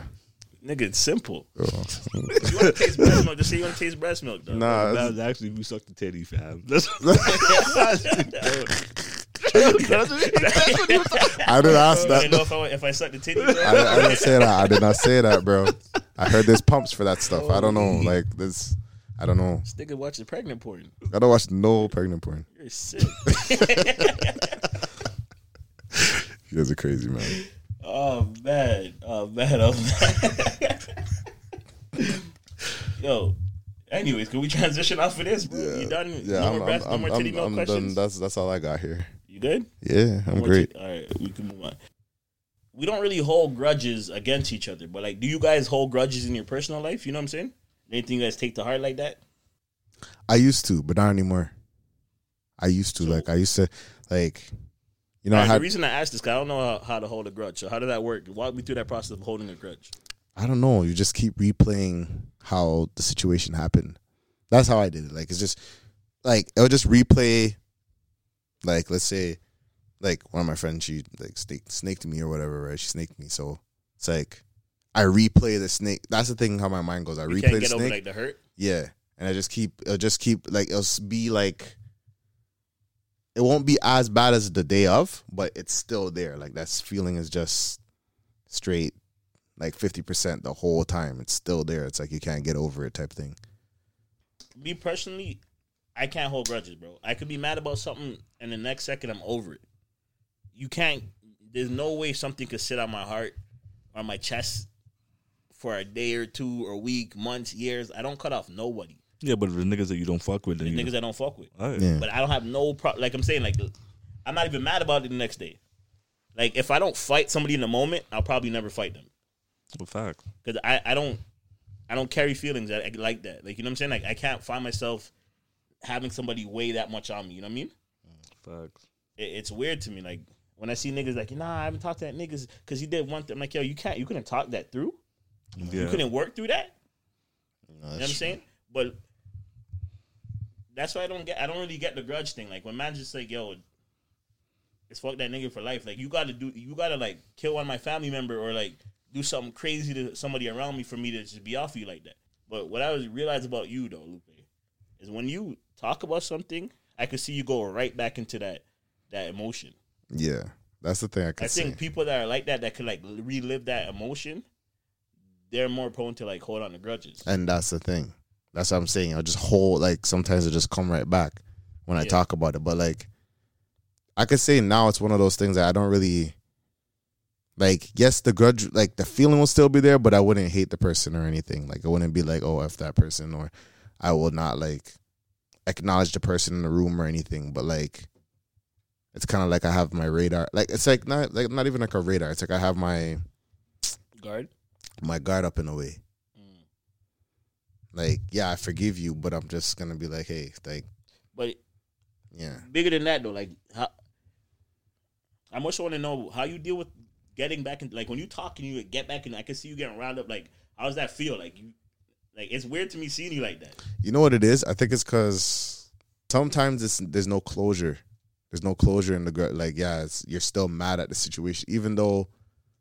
C: Nigga, it's simple.
B: Oh.
C: If you want to taste breast milk, just say you want to taste breast milk. Dog.
B: nah,
D: That
B: it's-
D: was actually if you suck the titty, fam. That's,
C: I
B: I didn't ask that.
C: didn't know if I if I sucked the titty.
B: I,
C: bro.
B: didn't- I didn't say that. I did not say that, bro. I heard there's pumps for that stuff. I don't
C: Oh.
B: know. Like this, I don't know.
C: This nigga watches pregnant porn.
B: I don't watch no pregnant porn.
C: You're sick.
B: You guys are crazy, man.
C: Oh man, oh man, oh man. Yo, anyways, can we transition off of this? Bro? you done?
B: Yeah,
C: no
B: I'm,
C: more
B: I'm,
C: breath, no
B: I'm,
C: more
B: I'm,
C: titty milk
B: I'm done.
C: questions.
B: That's that's all I got here.
C: You good?
B: Yeah, I'm
C: More
B: great.
C: tit- All right, we can move on. We don't really hold grudges against each other, but like, do you guys hold grudges in your personal life? You know what I'm saying? Anything you guys take to heart like that?
B: I used to, but not anymore. I used to
C: So-
B: like I used to like, you know, I
C: Alright,
B: had
C: the reason I asked this, 'cause I don't know how, how to hold a grudge. So how did that work? Walk me through that process of holding a grudge.
B: I don't know. You just keep replaying how the situation happened. That's how I did it. Like it's just like it'll just replay. Like let's say, like one of my friends, she like snaked, snaked me or whatever, right? She snaked me, so it's like I replay the snake. That's the thing. How my mind goes. I
C: You
B: replay
C: can't
B: the
C: get over
B: snake.
C: like the hurt.
B: Yeah, and I just keep. It'll just keep like it'll s- be like. It won't be as bad as the day of, but it's still there. Like that feeling is just straight, like fifty percent the whole time. It's still there. It's like you can't get over it type thing.
C: me personally, I can't hold grudges, bro. I could be mad about something, and the next second I'm over it. You can't. There's no way something could sit on my heart or my chest for a day or two or week, months, years. I don't cut off nobody.
D: yeah, but the niggas that you don't fuck with,
C: The
D: then you,
C: niggas I don't fuck with.
D: All right.
B: Yeah.
C: But I don't have no pro. Like I'm saying, like I'm not even mad about it the next day. Like if I don't fight somebody in the moment, I'll probably never fight them
D: Well, fact.
C: because I, I don't I don't carry feelings I, I like that. Like you know what I'm saying? Like I can't find myself having somebody weigh that much on me. You know what I mean?
D: Facts.
C: It, it's weird to me. Like when I see niggas like, nah, I haven't talked to that niggas because he did one thing. I'm like, yo, you can't, you couldn't talk that through.
D: Yeah.
C: You couldn't work through that. You know what I'm saying? But that's why I don't get. I don't really get the grudge thing. Like when man just like, yo, it's fuck that nigga for life. Like you got to do. You got to like kill one of my family member or like do something crazy to somebody around me for me to just be off you like that. But what I was realized about you though, Lupe, is when you talk about something, I could see you go right back into that that emotion.
B: Yeah, that's the thing I could
C: I
B: say.
C: think people that are like that that could like relive that emotion, they're more prone to like hold on to grudges.
B: and that's the thing. That's what I'm saying. I'll just hold like sometimes it just come right back when I
C: Yeah.
B: talk about it. But like I could say now it's one of those things that I don't really like yes the grudge like the feeling will still be there, but I wouldn't hate the person or anything. Like I wouldn't be like, oh F that person or I will not like acknowledge the person in the room or anything. But like it's kinda like I have my radar. Like it's like not like not even like a radar. It's like I have my
C: Guard.
B: my guard up in a way. Like, yeah, I forgive you, but I'm just gonna be like, hey, like,
C: But
B: yeah,
C: bigger than that though, like how, I much want to know how you deal with getting back in like when you talk and you get back and I can see you getting round up. Like how does that feel? Like you, like it's weird to me seeing you like that.
B: You know what it is? I think it's because sometimes it's, there's no closure. There's no closure in the gr- like. Yeah, it's, you're still mad at the situation, even though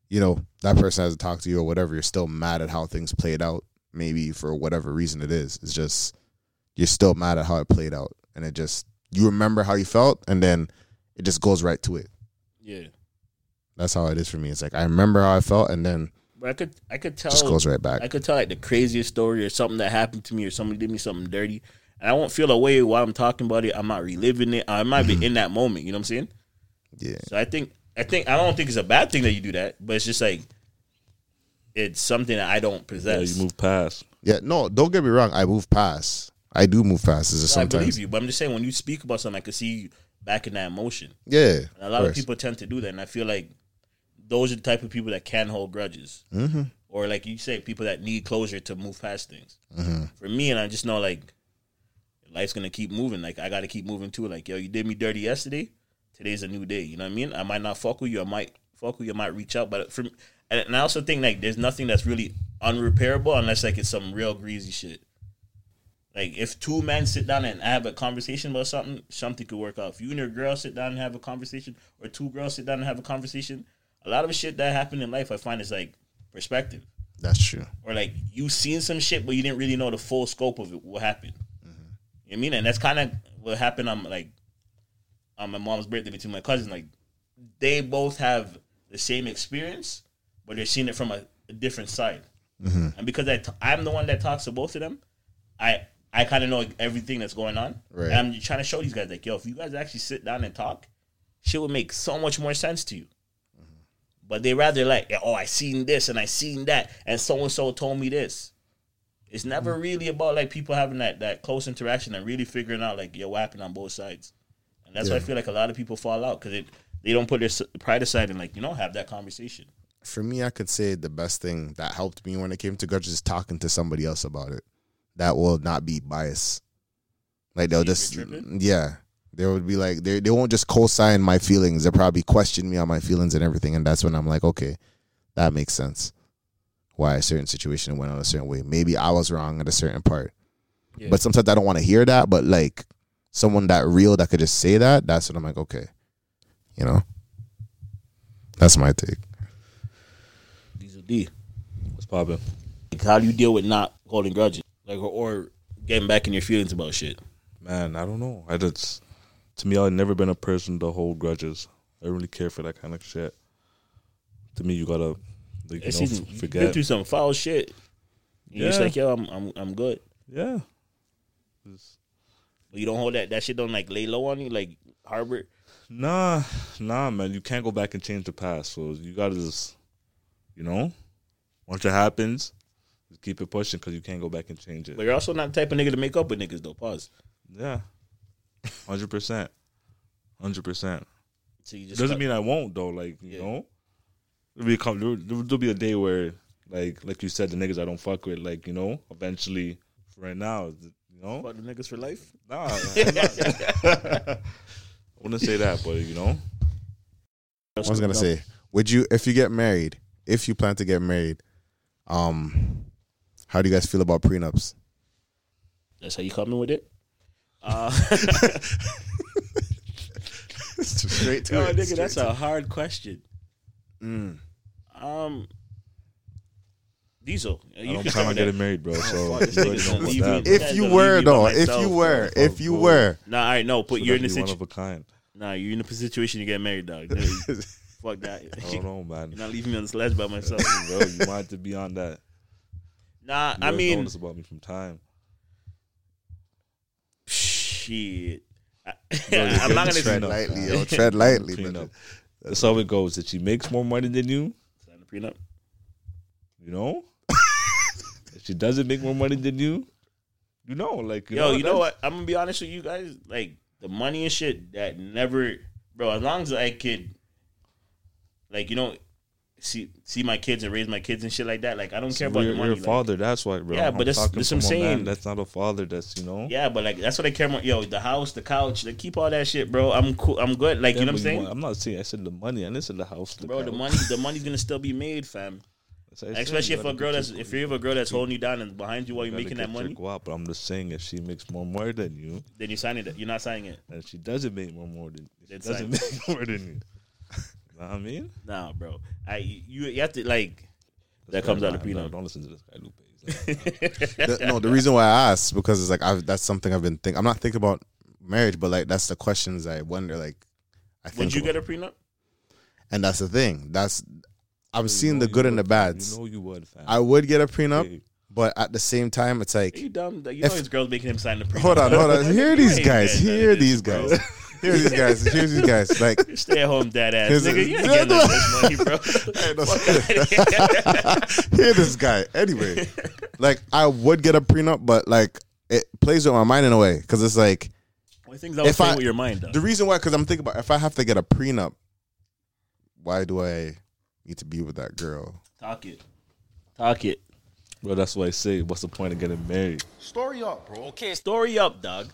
B: you know that person hasn't talked to you or whatever. You're still mad at how things played out, maybe for whatever reason it is. It's just you're still mad at how it played out, and it just you remember how you felt, and then it just goes right to it.
C: Yeah,
B: That's how it is for me. It's like I remember how I felt, and then
C: but I could I could tell
B: just goes right back.
C: Oh, I could tell like the craziest story or something that happened to me or somebody did me something dirty. And I won't feel away while I'm talking about it. I'm not reliving it. I might
B: Mm-hmm.
C: be in that moment. You know what I'm saying?
B: yeah,
C: So I think I think I don't think it's a bad thing that you do that, but it's just like it's something that I don't
D: Yeah,
C: possess.
D: you move past.
B: yeah. No, don't get me wrong. I move past. I do move past. It's just
C: I
B: sometimes.
C: believe you, but I'm just saying when you speak about something, I can see you back in that emotion.
B: Yeah,
C: And a lot of
B: course.
C: people tend to do that, and I feel like those are the type of people that can hold grudges, mm-hmm. or like you say, people that need closure to move past things. For me, and I just know like life's gonna keep moving. Like I got to keep moving too. Like yo, you did me dirty yesterday. Today's a new day. You know what I mean? I might not fuck with you. I might fuck with you. I might reach out, but from and and I also think like there's nothing that's really unrepairable unless like it's some real greasy shit. Like if two men sit down and have a conversation about something, something could work out. If you and your girl sit down and have a conversation, or two girls sit down and have a conversation, a lot of shit that happened in life I find is like perspective,
B: That's true.
C: or like you seen some shit but you didn't really know the full scope of it. What happened? You know what I mean, and that's kind of what happened on like on my mom's birthday between my cousins. Like they both have the same experience, but they're seeing it from a, a different side. And because I t- I'm the one that talks to both of them, I I kind of know everything that's going on.
B: Right.
C: And I'm trying to show these guys like, yo, if you guys actually sit down and talk, shit would make so much more sense to you. But they rather like, yeah, oh, I seen this and I seen that, and so and so told me this. It's never really about like people having that that close interaction and really figuring out like, yo, what happened on both sides. And that's why I feel like a lot of people fall out because they don't put their s- pride aside and like you know have that conversation.
B: For me, I could say the best thing that helped me when it came to grudges is talking to somebody else about it. That will not be biased. Like they'll just
C: you're tripping?
B: yeah, they would be like they they won't just co-sign my feelings. They'll probably question me on my feelings and everything, and that's when I'm like, okay, that makes sense. Why a certain situation went out a certain way. Maybe I was wrong at a certain part,
C: Yeah.
B: but sometimes I don't want to hear that. But like someone that real that could just say that, that's when I'm like, okay, you know, that's my take.
C: Diesel D.
D: What's popping?
C: Like, how do you deal with not holding grudges, like or, or getting back in your feelings about shit?
D: Man, I don't know. I just to me, I've never been a person to hold grudges. I don't really care for that kind of shit. To me, you gotta like, you
C: It's
D: know,
C: easy.
D: f-
C: You've been
D: forget.
C: through some foul shit. You're just
D: Yeah.
C: like, yo, I'm, I'm, I'm good.
D: Yeah,
C: But you don't hold that. That shit don't like lay low on you, like harbor.
D: nah, nah, man. You can't go back and change the past. So you gotta just, you know, once it happens, just keep it pushing because you can't go back and change it.
C: But you're also not the type of nigga to make up with niggas though. Pause.
D: yeah, hundred percent, hundred percent.
C: So you
D: It
C: just
D: doesn't
C: cut-
D: mean I won't though. Like you
C: Yeah.
D: know, there'll be a com- there'll, there'll be a day where like like you said, the niggas I don't fuck with, like you know, eventually. Right now, you know,
C: fuck the niggas for life.
D: nah, I'm not- I wouldn't say that, but you know,
B: I was gonna say, would you if you get married, if you plan to get married, um, how do you guys feel about prenups?
C: That's how you coming with it.
B: Straight
C: Yo, nigga, that's a hard question.
D: Mm.
C: Um, Diesel,
D: I
C: you
D: don't
C: can
D: plan
C: start
D: on
C: with
D: getting
C: that.
D: married, bro. So
C: Fuck, this
D: you already
C: nigga's
D: know
C: gonna
D: about
C: leave
D: that.
C: you.
B: if
C: Guys
B: you
C: gonna
B: were
C: leave me by
B: though, if you
C: myself,
B: were,
D: bro.
B: if you were,
C: Nah, all right, no, put
D: So
C: you're in
D: that'd
C: the
D: be one
C: situation.
D: of a kind.
C: Nah, you're in the position to get married, dog. Nah, Fuck that.
D: I
C: You're
D: don't know, man.
C: not leaving me on the ledge by myself.
D: bro, you might have to be on that.
C: Nah,
D: You
C: I
D: already know
C: mean,
D: this about me from time.
C: shit. I,
D: Yo, you
C: am not
D: good
C: gonna
D: to
B: tread
D: prenup,
B: lightly,
D: man.
B: yo, tread lightly.
D: Prenup.
B: man.
D: That's how it goes. That she makes more money than you,
C: sign a prenup.
D: you know. if she doesn't make more money than you, you know, like you
C: Yo, you know
D: that's-
C: what? I'm gonna be honest with you guys. Like the money and shit that never, bro. As long as I could, like you know, see see my kids and raise my kids and shit like that. Like I don't care
D: You're,
C: about the
D: you're
C: money.
D: a
C: like-
D: father. That's why, bro.
C: Yeah, but that's-
D: talking
C: that's what I'm
D: from a
C: saying.
D: that's not a father. That's you know.
C: yeah, but like that's what I care more. Yo, the house, the couch, they keep all that shit, bro. I'm cool. I'm good. Like you know what I'm saying,
D: I'm not saying. I said the money. I didn't say the house. The
C: bro. The
D: couch.
C: money, the money's gonna still be made, fam.
D: That's what I said,
C: Especially
D: you
C: if
D: gotta
C: a girl
D: get
C: that's
D: your-
C: if you have a girl that's holding you down and behind you while you're
D: gotta
C: making
D: get
C: that
D: your
C: money,
D: guap, but I'm just saying, if she makes more more than you,
C: then you're signing it. You're not signing it.
D: and if she doesn't make more more than if she
C: That's
D: doesn't
C: right.
D: make more than you. know what I mean,
C: Nah, bro. I you you have to like that
D: That's
C: comes
D: why
C: out
D: I'm
C: of
D: not-
C: peanut.
D: Don't listen to this guy, Lupe. He's like,
B: The- no, the reason why I asked because it's like I've, that's something I've been thinking. I'm not thinking about marriage, but like that's the questions I wonder. Like, I think
C: Would you
B: about.
C: get a prenup?
B: and that's the thing. That's I'm
D: you
B: seeing
D: know
B: the
D: you
B: good and the
D: would, fam.
B: bads.
D: You know you would, fam.
B: I would get a prenup,
D: Hey,
B: but at the same time, it's
C: Are you
B: like
C: dumb? Like, you
B: If-
C: know his girl's making him sign the prenup.
B: hold on, hold on. Hear
C: You
B: these
C: ain't
B: guys.
C: getting none of
B: Hear
C: this,
B: these
C: bro.
B: guys. Hear these guys. Hear these guys. Like
C: Stay at home, dad ass
B: Here's
C: nigga.
B: a-
C: You ain't getting none of this money, bro. Fuck outta here.
B: hear this guy anyway like i would get a prenup but like it plays with my mind in a way because it's like
C: Only things I was
B: If
C: playing
B: I-
C: with your mind, though.
B: the reason why because i'm thinking about if i have to get a prenup why do i need to be with that girl
C: Talk it. Talk it.
D: Bro, that's why I say, what's the point of getting married?
G: Story up, bro. Okay.
C: Story up, dog.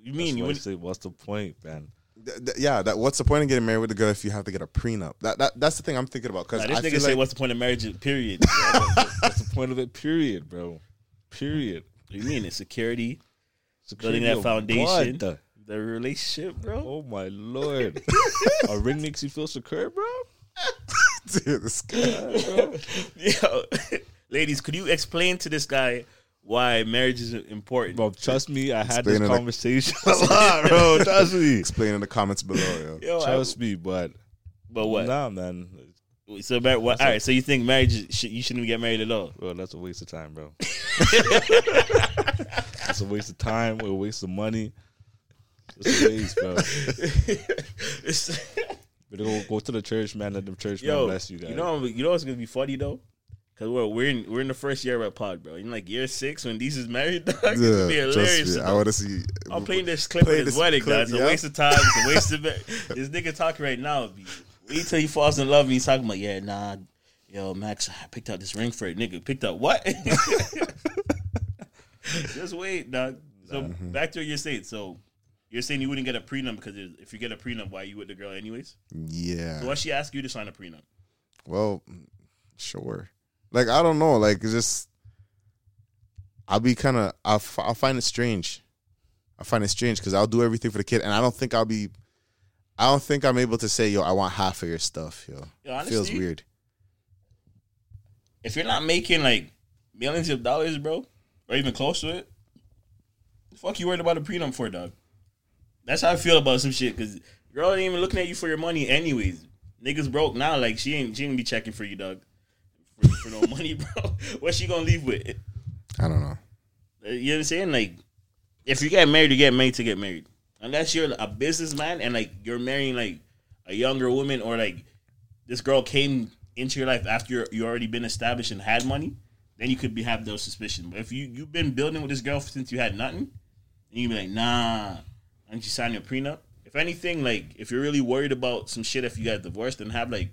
C: You mean
D: That's
C: you
D: why I
C: wouldn't?
D: say, what's the point, man?
B: Th- th- yeah that what's the point of getting married with a girl if you have to get a prenup that, that that's the thing i'm thinking about because
C: Nah, this
B: i
C: nigga
B: feel
C: say,
B: like
C: "What's the point of marriage?" Period.
D: What's the point of it? Period, bro. Period.
C: you mean it's security,
D: Security
C: building that
D: of
C: foundation,
D: what?
C: the relationship, bro.
D: Oh my lord, a ring makes you feel secure, bro.
B: Dude, this guy.
C: Yo, ladies, could you explain to this guy why marriage is important?
D: Bro, trust me, I had this
B: Explaining it.
D: conversation a lot, bro. Trust me,
B: explain in the comments below yo.
C: Yo, I-
D: trust me, but
C: but what?
D: Nah, man.
C: So, mar- what, all right. So you think marriage? is- Sh- you shouldn't get married at all.
D: Bro, that's a waste of time, bro. it's a waste of time. It's a waste of money. It's a waste, bro. Better go, go to the church, man. Let the church man
C: Yo,
D: bless you guys.
C: You know, you know what's gonna be funny though, because we're we're in, we're in the first year at Pod, bro. In like year six, when these is married, dog, it's gonna be
B: yeah, trust
C: hilarious.
B: me. I want to see.
C: I'm playing this clip
B: Play
C: at his
B: this
C: wedding,
B: clip,
C: guys. It's a
B: yeah.
C: waste of time. It's a waste of this nigga talking right now. B. Wait till he falls in love and he's talking about, yeah, nah, yo, Max, I picked out this ring for it, nigga. Picked up what? Just wait, dog. So
B: Mm-hmm.
C: back to what you're saying. So you're saying you wouldn't get a prenup because if you get a prenup, why you with the girl anyways?
B: Yeah.
C: So why she ask you to sign a prenup?
B: Well, sure. Like I don't know. Like it's just, I'll be kind of. I f- I find it strange. I find it strange because I'll do everything for the kid, and I don't think I'll be. I don't think I'm able to say, "Yo, I want half of your stuff." Yo,
C: Yo,
B: It feels
C: honestly,
B: weird.
C: If you're not making like millions of dollars, bro, or even close to it, the fuck you worried about a prenup for, dog? That's how I feel about some shit. Cause girl ain't even looking at you for your money, anyways. Niggas broke now. Like she ain't she ain't be checking for you, dog, for, for no money, bro. What she gonna leave with?
B: I don't know.
C: You know what I'm saying? Like, if you get married, you get married to get married. Unless you're a businessman and like you're marrying like a younger woman or like this girl came into your life after you're, you already been established and had money, then you could be have those suspicion. But if you you've been building with this girl since you had nothing, and you be like, nah, aren't you signing a prenup? If anything, like if you're really worried about some shit, if you got divorced, then have like,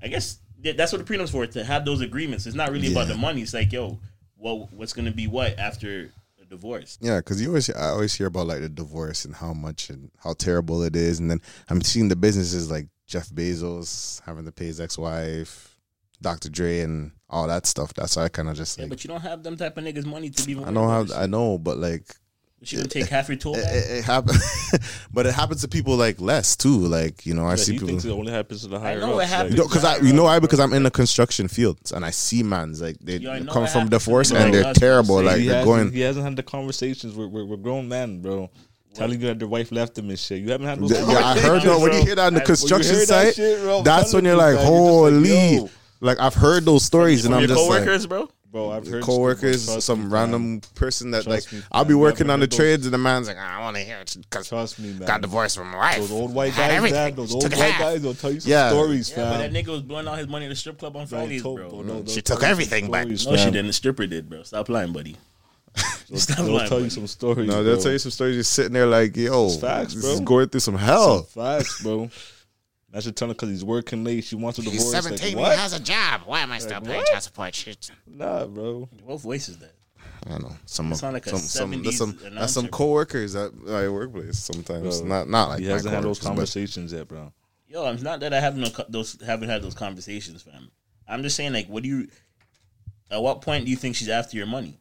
C: I guess th- that's what the prenup's for to have those agreements. It's not really about the money. It's like, yo, well, what's gonna be what after a divorce?
B: Yeah, because you always I always hear about like the divorce and how much and how terrible it is, and then I'm seeing the businesses like Jeff Bezos having to pay his ex-wife, Dr. Dre, and all that stuff. That's why I kind of just
C: Yeah,
B: like
C: but you don't have them type of niggas money to be.
B: I know how I know, but like
C: She gonna take half your tool
B: it,
C: bag.
B: it, it happens, but it happens to people like less too. Like you know, I
D: Yeah,
B: see
D: he
B: people.
D: thinks it only happens to the higher
C: know it
D: ups, like,
C: happens.
B: No, because I, you know why? Because I'm in the construction fields and I see mans like they
C: Yeah, I know
B: come
C: it
B: from
C: happens to
B: divorce
C: people
B: and
C: like
B: they're
C: us,
B: terrible.
C: but
B: Like
D: he,
B: they're
D: hasn't,
B: going.
D: he hasn't had the conversations with, with, with grown men, bro. Telling you that their wife left him and shit. You haven't had those.
B: Yeah, I heard
D: conversations,
B: that when you
D: bro.
B: hear that in the
D: I- when you
B: construction
D: hear that
B: site,
D: shit, bro, I'm
B: that's when
D: telling
B: you're
D: you,
B: like,
D: man, you're just like,
B: holy.
D: yo.
B: Like I've heard those stories and
C: From
B: I'm
C: your
B: just
C: coworkers,
B: like
C: bro.
D: bro. I've heard
B: coworkers,
D: trust me,
B: some
D: fam.
B: random person that like
D: Trust me,
B: I'll be
D: fam. You
B: working
D: ever
B: on the
D: heard those-
B: trades and the man's like, "Ah, I want to hear it because
D: Trust me, man.
B: got divorced from my wife.
D: Those old white
B: Had
D: guys,
B: everything.
D: man. Those
B: She
D: old
B: took
D: white
B: half.
D: guys. They'll tell you some
B: Yeah.
D: stories,
C: Yeah, but that
D: fam.
C: nigga was blowing out his money at the strip club on
D: Don't
C: Fridays,
D: tell-
C: bro.
D: don't- don't-
B: She
D: don't
B: took
D: tell you
B: everything
D: some
B: back.
D: stories,
C: No, she
D: fam.
C: didn't. The stripper did, bro. Stop lying, buddy. Stop
D: They'll
C: lying.
D: tell you
C: buddy.
D: some stories.
B: No, they'll
D: bro.
B: tell you some stories. You're sitting there like, yo,
D: It's facts,
B: this
D: bro.
B: is going through some hell.
D: Facts, bro. That should tell her because he's working late. She wants a divorce.
H: He's
D: Like,
H: 17
D: what?
H: he has a job. Why am I still paying
D: what?
H: child support? Shit.
D: nah, bro.
C: What voice is that?
B: I don't know. Some of
C: sound like a
B: some, some, that's
C: 70s
B: some that's some
C: announcer.
B: coworkers at my workplace sometimes.
D: Bro,
B: not not like
D: He
B: my
D: hasn't had those
B: coworkers,
D: conversations yet, bro.
C: Yo, it's not that I haven't no- those haven't had those conversations, fam. I'm just saying, like, what do you? At what point do you think she's after your money?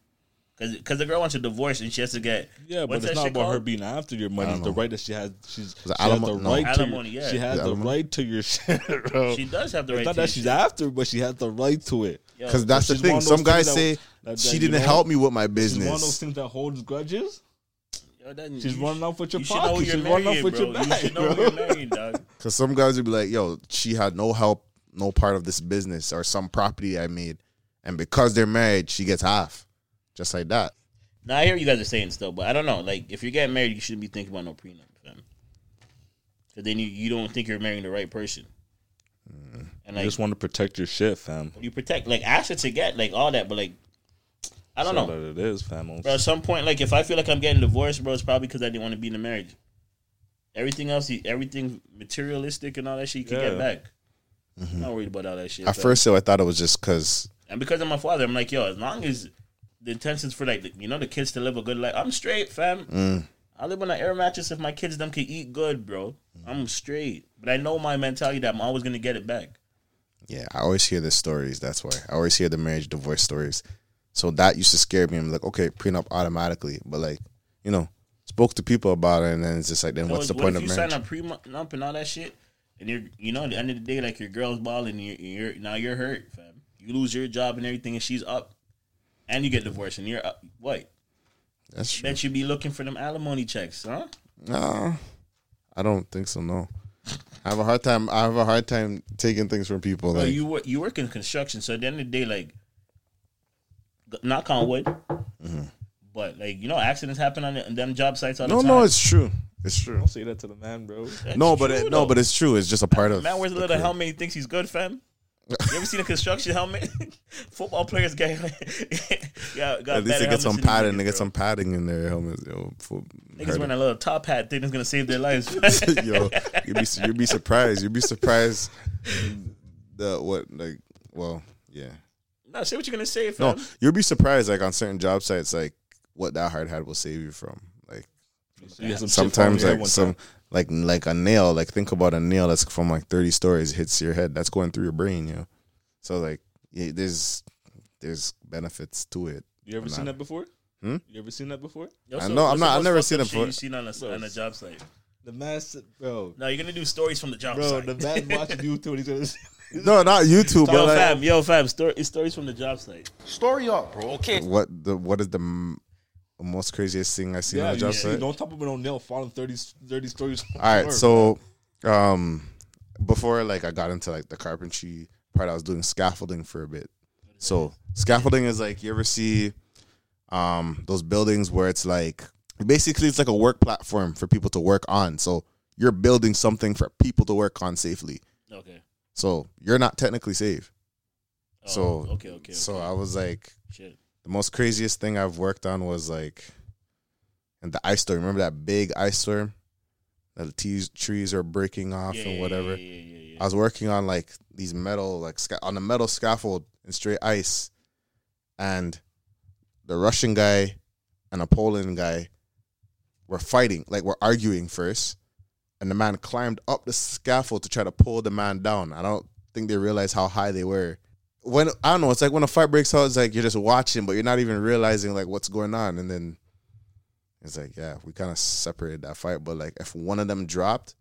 C: Because the girl wants a divorce and she has to get
D: Yeah, but
C: what's
D: it's
C: that
D: not
C: shit
D: about her
C: called?
D: being after your money. It's the right that she has. She's she
B: it
D: has
B: alimo-
D: the
B: no.
D: right
C: Alimony,
D: to.
C: yeah.
D: Your, she has
B: Is it
D: the
B: alimony?
D: right to your shit, bro.
C: She does have the right.
D: it's not
C: to
D: that
C: do
D: she's
C: shit.
D: after, but she has the right to it.
C: Yo,
B: because that's the
D: She's one
B: thing.
D: of
B: Some
D: those
B: guys
D: things
B: say
D: that- that- that,
B: she
D: you
B: didn't
D: know,
B: help me with my
D: She's one of those
B: business.
D: things that holds grudges.
C: Yo, that-
D: She's
C: you
D: running
C: sh-
D: off with your
C: you should know
D: pockets.
C: you're
D: She's running
C: married,
D: off with your
C: bro. You should
D: bag,
C: know
D: bro.
C: you're married, dog.
B: Because some guys would be like, "Yo, she had no help, no part of this business or some property I made," and because they're married, she gets half, just like that.
C: Now I hear what you guys are saying still, but I don't know. Like, if you're getting married, you shouldn't be thinking about no prenup, fam. Because then you, you don't think you're marrying the right person. And
D: I
C: like,
D: Mm-hmm. just want to protect your shit, fam.
C: you protect like ask her to get like all that, but like I don't
D: That's
C: know,
D: all that it is, fam.
C: bro. At some point, like if I feel like I'm getting divorced, bro, it's probably because I didn't want to be in a marriage. Everything else, everything materialistic and all that shit, you can
D: Yeah. Mm-hmm.
C: get back. I'm not worried about all that shit.
B: At
C: fam.
B: first, though, I thought it was just because
C: and because I'm a father, I'm like, yo, as long as the intentions for like the- you know the kids to live a good life, I'm straight, fam.
B: Mm.
C: I live on an air mattress. If my kids them can eat good, bro, I'm straight. But I know my mentality that I'm always gonna get it back.
B: Yeah, I always hear the stories. That's why I always hear the marriage divorce stories. So that used to scare me. I'm like, okay, prenup automatically, but like, you know, spoke to people about it, and then it's just like, then
C: So
B: what's the
C: what
B: point
C: if
B: of
C: you
B: marriage?
C: sign a prenup and all that shit, and you're you know at the end of the day like your girl's balling, and you're, you're now you're hurt, fam. You lose your job and everything, and she's up, and you get divorced, and you're up. What?
B: That's true.
C: Bet you be looking for them alimony checks, huh?
B: No, I don't think so. No, I have a hard time. I have a hard time taking things from people.
C: Bro,
B: like,
C: Oh, you work you work in construction, so at the end of the day, like, g- knock on wood, but like you know, accidents happen on the- them job sites all the
B: Mm-hmm. no,
C: time.
B: no, it's true. It's true.
D: Don't say that to the man, bro.
C: That's
B: no, but
C: true,
B: it,
C: though.
B: no, but it's true. It's just a part of
C: man wears a
B: the
C: little
B: career.
C: helmet. He thinks he's good, fam. You ever seen a construction helmet? Football players get yeah, got
B: At least
C: better
B: they get
C: helmets
B: some
C: than these
B: padding. They
C: niggas, bro.
B: get some padding in their helmets. Yo, for-
C: Niggas wearing a little top hat, think it's gonna save their lives.
B: yo, you'd be you'd be surprised. You'd be surprised. The what like well yeah
C: no, say what you're gonna say, fam.
B: no you'll be surprised like on certain job sites like what that hard hat will save you from like
D: You got some shit
B: sometimes
D: from your
B: like
D: one
B: some
D: time.
B: like like a nail like think about a nail that's from like thirty stories hits your head that's going through your brain you know so like yeah, there's there's benefits to it
D: You ever
B: I'm
D: seen
B: not-
D: that before?
B: Hmm?
D: You ever seen that before?
C: Yo,
B: I
C: so
B: know, I'm
C: what's the
B: not- I've
C: most
B: never
C: fucked
B: seen
C: up
B: it
C: shit
B: for-
C: you seen on a, on a job site.
D: The man, said- bro,
C: No, you're gonna do stories from the job
D: bro,
C: site.
D: the man watching YouTube and he's gonna. say-
B: no not YouTube
C: Yo,
B: but like
C: fam, yo, fam, story, stories from the job site.
G: Story up, bro. Okay.
B: what the what is the m- most craziest thing I've seen
D: Yeah,
B: on a
D: you
B: job
D: see,
B: site
D: don't talk about no nail falling 30, 30 stories.
B: All right, so um before like I got into like the carpentry part, I was doing scaffolding for a bit. So scaffolding is like you ever see um those buildings where it's like basically it's like a work platform for people to work on. So you're building something for people to work on safely.
C: Okay.
B: So you're not technically safe.
C: Oh,
B: So
C: okay, okay.
B: So
C: okay.
B: I was like
C: Shit.
B: the most craziest thing I've worked on was like and the ice storm. Remember that big ice storm? That the tees, trees are breaking off
C: Yeah,
B: and
C: yeah,
B: whatever.
C: Yeah, yeah, yeah,
B: I was working on like these metal, like sca- on a metal scaffold in straight ice, and the Russian guy and a Poland guy were fighting, like were arguing first, and the man climbed up the scaffold to try to pull the man down. I don't think they realized how high they were. When I don't know, it's like when a fight breaks out, it's like you're just watching, but you're not even realizing like what's going on, and then. It's like, yeah, we kind of separated that fight, but like if one of them dropped,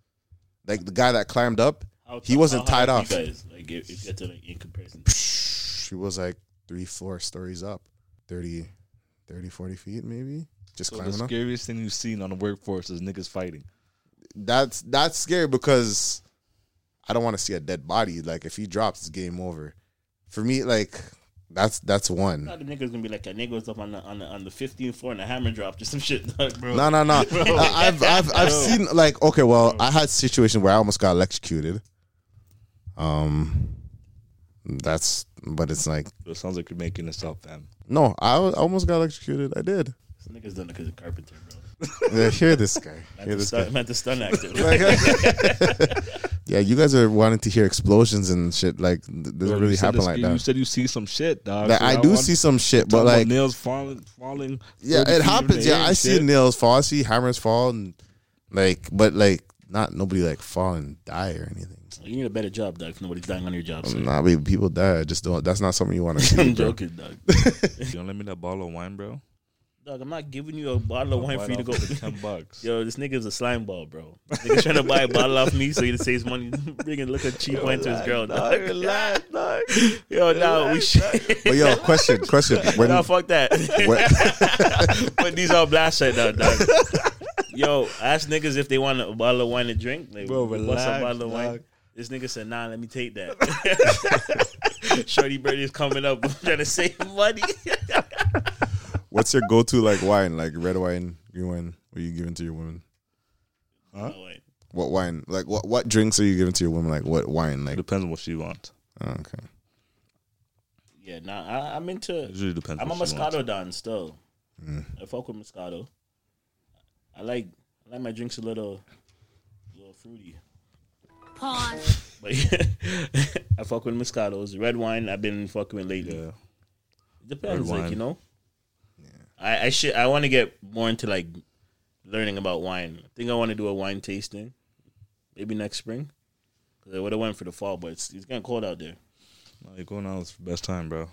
B: like the guy that climbed up,
C: How-
B: he wasn't
C: how high
B: tied
C: up
B: off.
C: You guys, like, if, if that's like in comparison.
B: she was like three, four stories up, 30, 30 40 feet maybe. Just
D: So the
B: climbing up.
D: scariest thing you've seen on the workforce is niggas fighting.
B: That's that's scary because I don't want to see a dead body. Like if he drops, it's game over. For me, like that's that's one.
C: Now the niggas gonna be like, a nigga was up on the on the on the 15th floor and a hammer dropped or some shit, dog, bro.
B: No, no, no. I- I've I've I've seen like okay, well, I had a situation where I almost got electrocuted. Um, that's but it's like
D: It sounds like you're making this up, fam.
B: no, I al- almost got electrocuted. I did.
C: This niggas done it because of carpenter, bro.
B: Yeah, hear this guy. Hear
C: Meant to
B: this
C: stun,
B: guy.
C: meant to stun actor.
B: Like, Yeah, you guys are wanting to hear explosions and shit. Like th-
D: Yo,
B: doesn't
D: you
B: really
D: said
B: happen
D: this-
B: like
D: you
B: that.
D: said you see some shit, dog.
B: Like,
D: So
B: I do
D: want-
B: see some shit,
D: talking
B: but
D: about
B: like
D: nails falling, falling.
B: yeah,
D: 30 feet
B: it
D: in
B: happens.
D: the
B: Yeah,
D: air
B: I
D: and
B: see
D: shit.
B: nails fall, I see hammers fall, and like, but like not nobody like fall and die or anything.
C: You need a better job, dog. If nobody's dying on your job, so.
B: Nah, baby, people die. I just don't. That's not something you want to see.
C: I'm
B: Bro.
C: joking, dog.
D: You gonna let me that bottle of wine, bro?
C: dog, I'm not giving you a bottle of wine
D: Right
C: for you to
D: off
C: go.
D: for ten bucks.
C: Yo, this nigga's a slime ball, bro. Nigga's trying to buy a bottle off me so he saves money. Bringing look at cheap wine to his girl, dog. Yo, nah, we should.
B: But yo, question, question. When,
C: Nah, fuck that.
B: when-
C: Put these on blast right now, dog. Yo, ask niggas if they want a bottle of wine to drink. Like,
D: Bro,
C: what's
D: relax,
C: a bottle of wine?
D: dog.
C: This nigga said, nah, let me take that. Shorty Birdie is coming up trying to save money.
B: what's your go-to like wine? Like red wine, green wine. What are you giving to your women?
C: Oh,
B: What wine? Like what? What drinks are you giving to your women? Like what wine? Like
D: It depends on what she wants.
B: oh, okay.
C: Yeah, nah, I, I'm
D: It
C: into.
D: really depends.
C: I'm a
D: what she wants.
C: Moscato don still. I fuck with Moscato. I like I like my drinks a little, little fruity.
E: Pause.
C: But I fuck with Moscatos. Red wine, I've been fucking with lately.
D: Yeah.
C: Depends,
D: Red
C: like
D: wine.
C: you know. I I should I want to get more into like learning about wine. I think I want to do a wine tasting, maybe next spring. 'Cause I would have went for the fall, but it's it's getting cold out there.
D: No, you're going out. It's the best time, bro.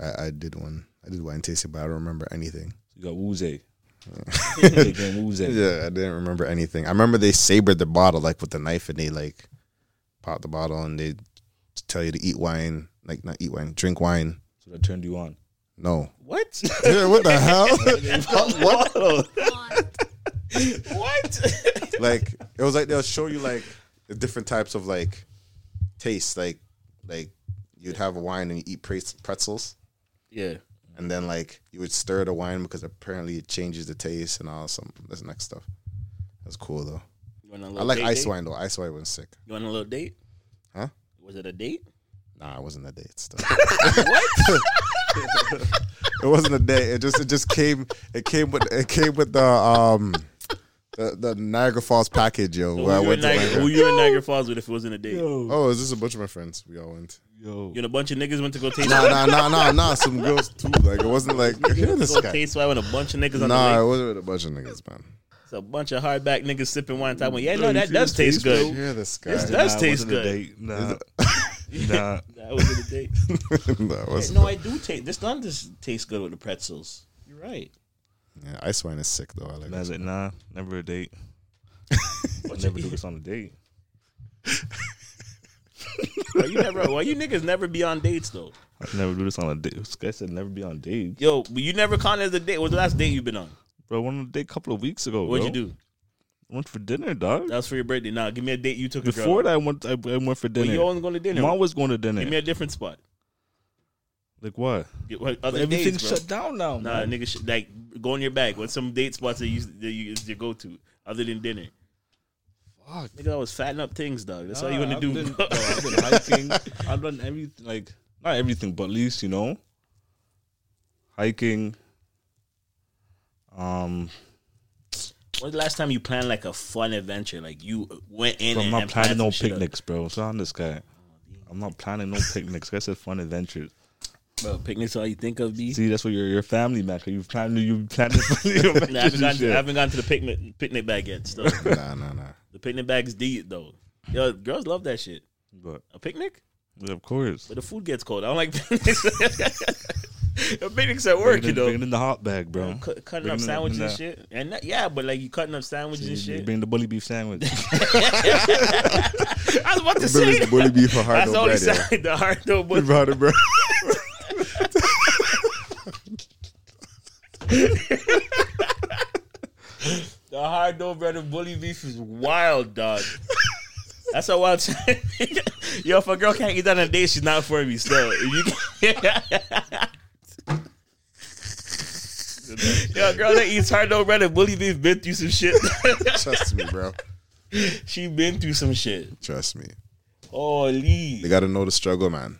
B: I, I did one. I did wine tasting, but I don't remember anything.
D: You got Woozy. Taking Woozy.
B: Yeah, I didn't remember anything. I remember they sabered the bottle like with the knife, and they like pop the bottle, and they tell you to eat wine, like not eat wine, drink wine.
D: So that turned you on.
B: No,
C: What?
B: yeah, what the hell? what?
E: Pause.
C: what?
B: Like it was like they'll show you like the different types of like tastes, like like you'd have a wine and you eat pre- pretzels.
C: yeah.
B: and then like you would stir the wine because apparently it changes the taste and all some this next stuff. That's cool though.
C: You want a
B: I
C: little
B: like
C: date
B: ice
C: date?
B: wine though. Ice wine was sick.
C: You want a little date?
B: Huh?
C: Was it a date?
B: Nah, it wasn't a day. It's still. it wasn't a day. It just it just came. It came with it came with the um the, the Niagara Falls package, yo. where I
C: who you, in
B: went to
C: Niagara, who
B: Niagara.
C: you in Niagara Falls with if it wasn't a date?
D: Yo,
B: Oh, is this a bunch of my friends? We all went.
D: yo.
C: You and a bunch of niggas went to go taste
B: Nah, nah, nah, nah, nah. Some girls too. Like it wasn't like hear this
C: go
B: guy.
C: taste wine with a bunch of niggas on
B: Nah,
C: the
B: it
C: lake.
B: wasn't with a bunch of niggas, man.
C: It's a bunch of hardback niggas sipping wine. Talking about, yeah, no,
D: you
C: that
D: see
C: does
D: the
C: taste
D: taste, bro?
C: good.
B: Hear this guy.
C: This does
D: Nah, it
C: taste
D: wasn't a
C: good.
D: date. Nah, nah.
C: That was a date.
B: Nah, it wasn't.
C: no, I do taste. This none just tastes good with the pretzels. You're right.
B: Yeah, ice wine is sick though. I like
D: And I
B: it.
D: was like, nah, never a date. I'll never do this on a date.
C: Why you never? Why you niggas never be on dates though?
D: I'll never do this on a date. This guy said never be on dates.
C: Yo, but you never count as a date. What's the last date you've been on?
D: Bro, I went on a date a couple of weeks ago.
C: What'd
D: bro.
C: you do?
D: Went for dinner, dog.
C: That was for your birthday. Nah, give me a date you took a girl
D: Before
C: on.
D: that, I went. I, I went for
C: Well,
D: dinner.
C: you always going to dinner.
D: I'm always going to dinner.
C: Give me a different spot.
D: like what?
C: Get- what- Other
D: Everything's
C: days, bro.
D: shut down now.
C: Nah,
D: man.
C: nigga, sh- like go in your bag. What's some date spots that you that you is your go to other than dinner?
D: Fuck.
C: Nigga, I was fatting up things, dog. That's all you
D: Nah,
C: want to do.
D: I've Been, bro, I've been hiking. I've done everything, like not everything, but at least you know, hiking. Um,
C: When's the last time you planned like a fun adventure? Like you went in.
D: bro, I'm
C: and,
D: not
C: and planned
D: planning no
C: some shit up.
D: picnics, bro. So on this guy, I'm not planning no picnics. That's a fun adventures.
C: Bro, picnics all you think of, B.
D: See, that's what your your family man. you planning you planning your
C: Nah, I, haven't
D: adventures.
C: gotten
D: and
C: to, I
D: shit.
C: haven't gotten to the picnic picnic bag yet. Still,
B: nah, nah, nah.
C: the picnic bag's deep though. Yo, girls love that shit.
D: But
C: A picnic,
D: yeah, of course,
C: but the food gets cold. I don't like picnics. a picnic's at work,
D: bring
C: you
D: it,
C: know.
D: bring it in the hot bag, bro.
C: Cut, cutting
D: Bring
C: up
D: it in-
C: sandwiches and
D: nah.
C: shit, and that, yeah, but like you cutting up sandwiches and
D: You- you
C: shit.
D: Bring the bully beef sandwich.
C: I was about to say
B: Bully, bully beef for hard
C: that's the
B: dough
C: only
B: bread. yo.
C: side the hard dough
B: We
C: was
B: brought it, bro.
C: The hard dough bread and bully beef is wild, dog. That's a wild. Yo, if a girl can't eat that on a date, she's not for me. Still, If you Yo, a girl that eats hard dough bread and bully beef been through some shit.
B: Trust me, bro.
C: she been through some shit.
B: Trust me.
C: Holy,
B: They gotta know the struggle, man.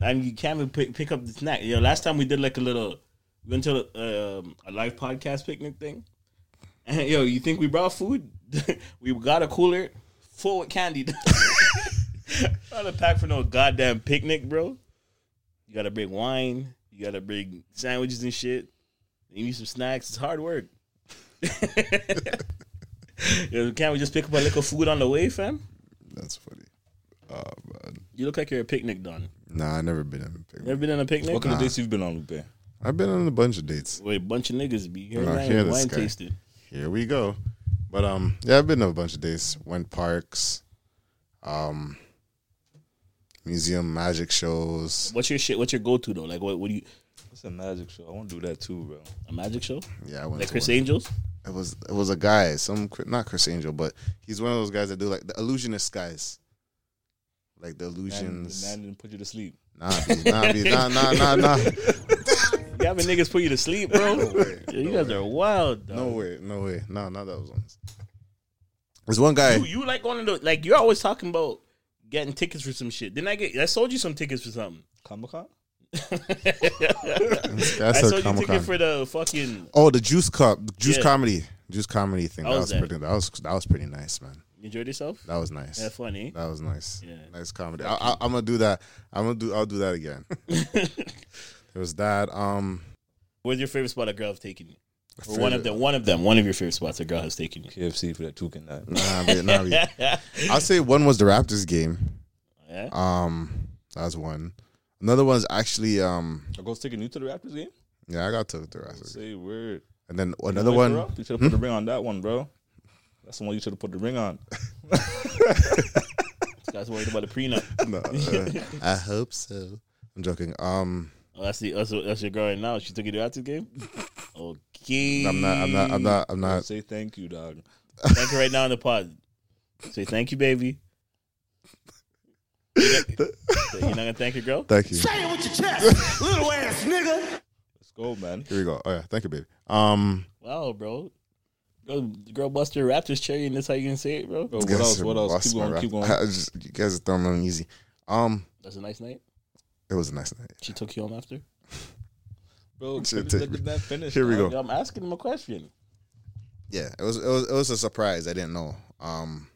C: and you can't even pick, pick up the snack. Yo, last time we did like a little, we went to um, a live podcast picnic thing. And yo, you think we brought food? we got a cooler full with candy. Not a pack for no goddamn picnic, bro. You gotta bring wine. You gotta bring sandwiches and shit. You need some snacks. It's hard work. Yo, Can't we just pick up a little food on the way, fam?
B: That's funny. Oh man.
C: You look like you're a picnic done.
B: Nah, I never been in a picnic.
C: Never been on a picnic?
D: What kind of dates you've been on, Lupe?
B: I've been on a bunch of dates.
C: Wait, a bunch of niggas be here.
B: Nah,
C: wine,
B: hear this
C: wine
B: guy.
C: tasting.
B: Here we go. But um, yeah, I've been to a bunch of dates. Went parks, um, museum magic shows.
C: What's your shit? What's your go to though? Like, what? What do you?
D: It's a magic show. I want to do that too, bro.
C: A magic show?
B: Yeah, I went.
C: Like
B: to
C: Chris
B: one.
C: Angels?
B: It was it was a guy. Some Chri- not Chris Angel, but he's one of those guys that do like the illusionist guys, like the
D: Man, the
B: illusions.
D: man didn't put you to sleep.
B: Nah, be- nah, be- nah, nah, nah, nah.
C: You having niggas put you to sleep, bro?
B: way.
C: Yo, you guys are wild. Dog.
B: No way, no way. No, not those ones. There's one guy.
C: You, you like going to the, like you're always talking about getting tickets for some shit. Didn't I get? I sold you some tickets for something.
D: Comic Con?
C: I
B: That's
C: sold
B: a
C: you
B: Comic
C: ticket
B: Con.
C: for the fucking.
B: Oh, the juice cup, juice
C: Yeah.
B: comedy, juice comedy thing.
C: How
B: That
C: was
B: was
C: that?
B: pretty. That was that was pretty nice, man.
C: You enjoyed yourself?
B: That was nice.
C: Yeah, funny.
B: That was nice.
C: Yeah.
B: Nice comedy. I, I, I'm gonna do that. I'm gonna do. I'll do that again. there was that. Um,
C: Where's your favorite spot a girl have taken you? Or one of them. One of them. One of your favorite spots a girl has taken you.
D: KFC for that toucan night.
B: Nah, but- nah, but- I'll say one was the Raptors game.
C: Yeah.
B: Um, that was one. Another one's actually um,
D: I was taking you to the Raptors game?
B: yeah, I got took the Raptors,
D: Say word.
B: and then
D: You
B: another
D: wake
B: one. Hmm?
D: her up, You should have put the ring on that one, bro. That's the one you should have put the ring on.
C: This guy's worried about the prenup.
B: No, uh, I hope so. I'm joking. Um,
C: Oh, that's the that's, that's your girl right now. She took you to the Raptors game. Okay.
B: I'm not. I'm not. I'm not. I'm not.
D: Say thank you, dog.
C: Thank her right now in the pod. Say thank you, baby. You're not you're not gonna thank your girl?
B: Thank you.
D: Let's go, man.
B: Here we go. Oh yeah, thank you, baby. Um,
C: Wow, bro. Girl, girl bust your Raptors cherry, and that's how you can say it, bro.
D: Bro, what
B: guess
D: else?
B: it
D: What else?
B: lost
D: Keep
B: my
D: going.
B: rap-
D: Keep going.
B: I just- you guys are throwing me on easy. Um,
C: That's a nice night.
B: it was a nice night.
C: She took you home after.
D: Bro,
B: Shit,
D: let
B: take
D: the
B: me.
D: man finish.
B: Here we
D: dog.
B: go.
C: Yo, I'm asking him a question.
B: Yeah, it was it was it was a surprise. I didn't know. Um,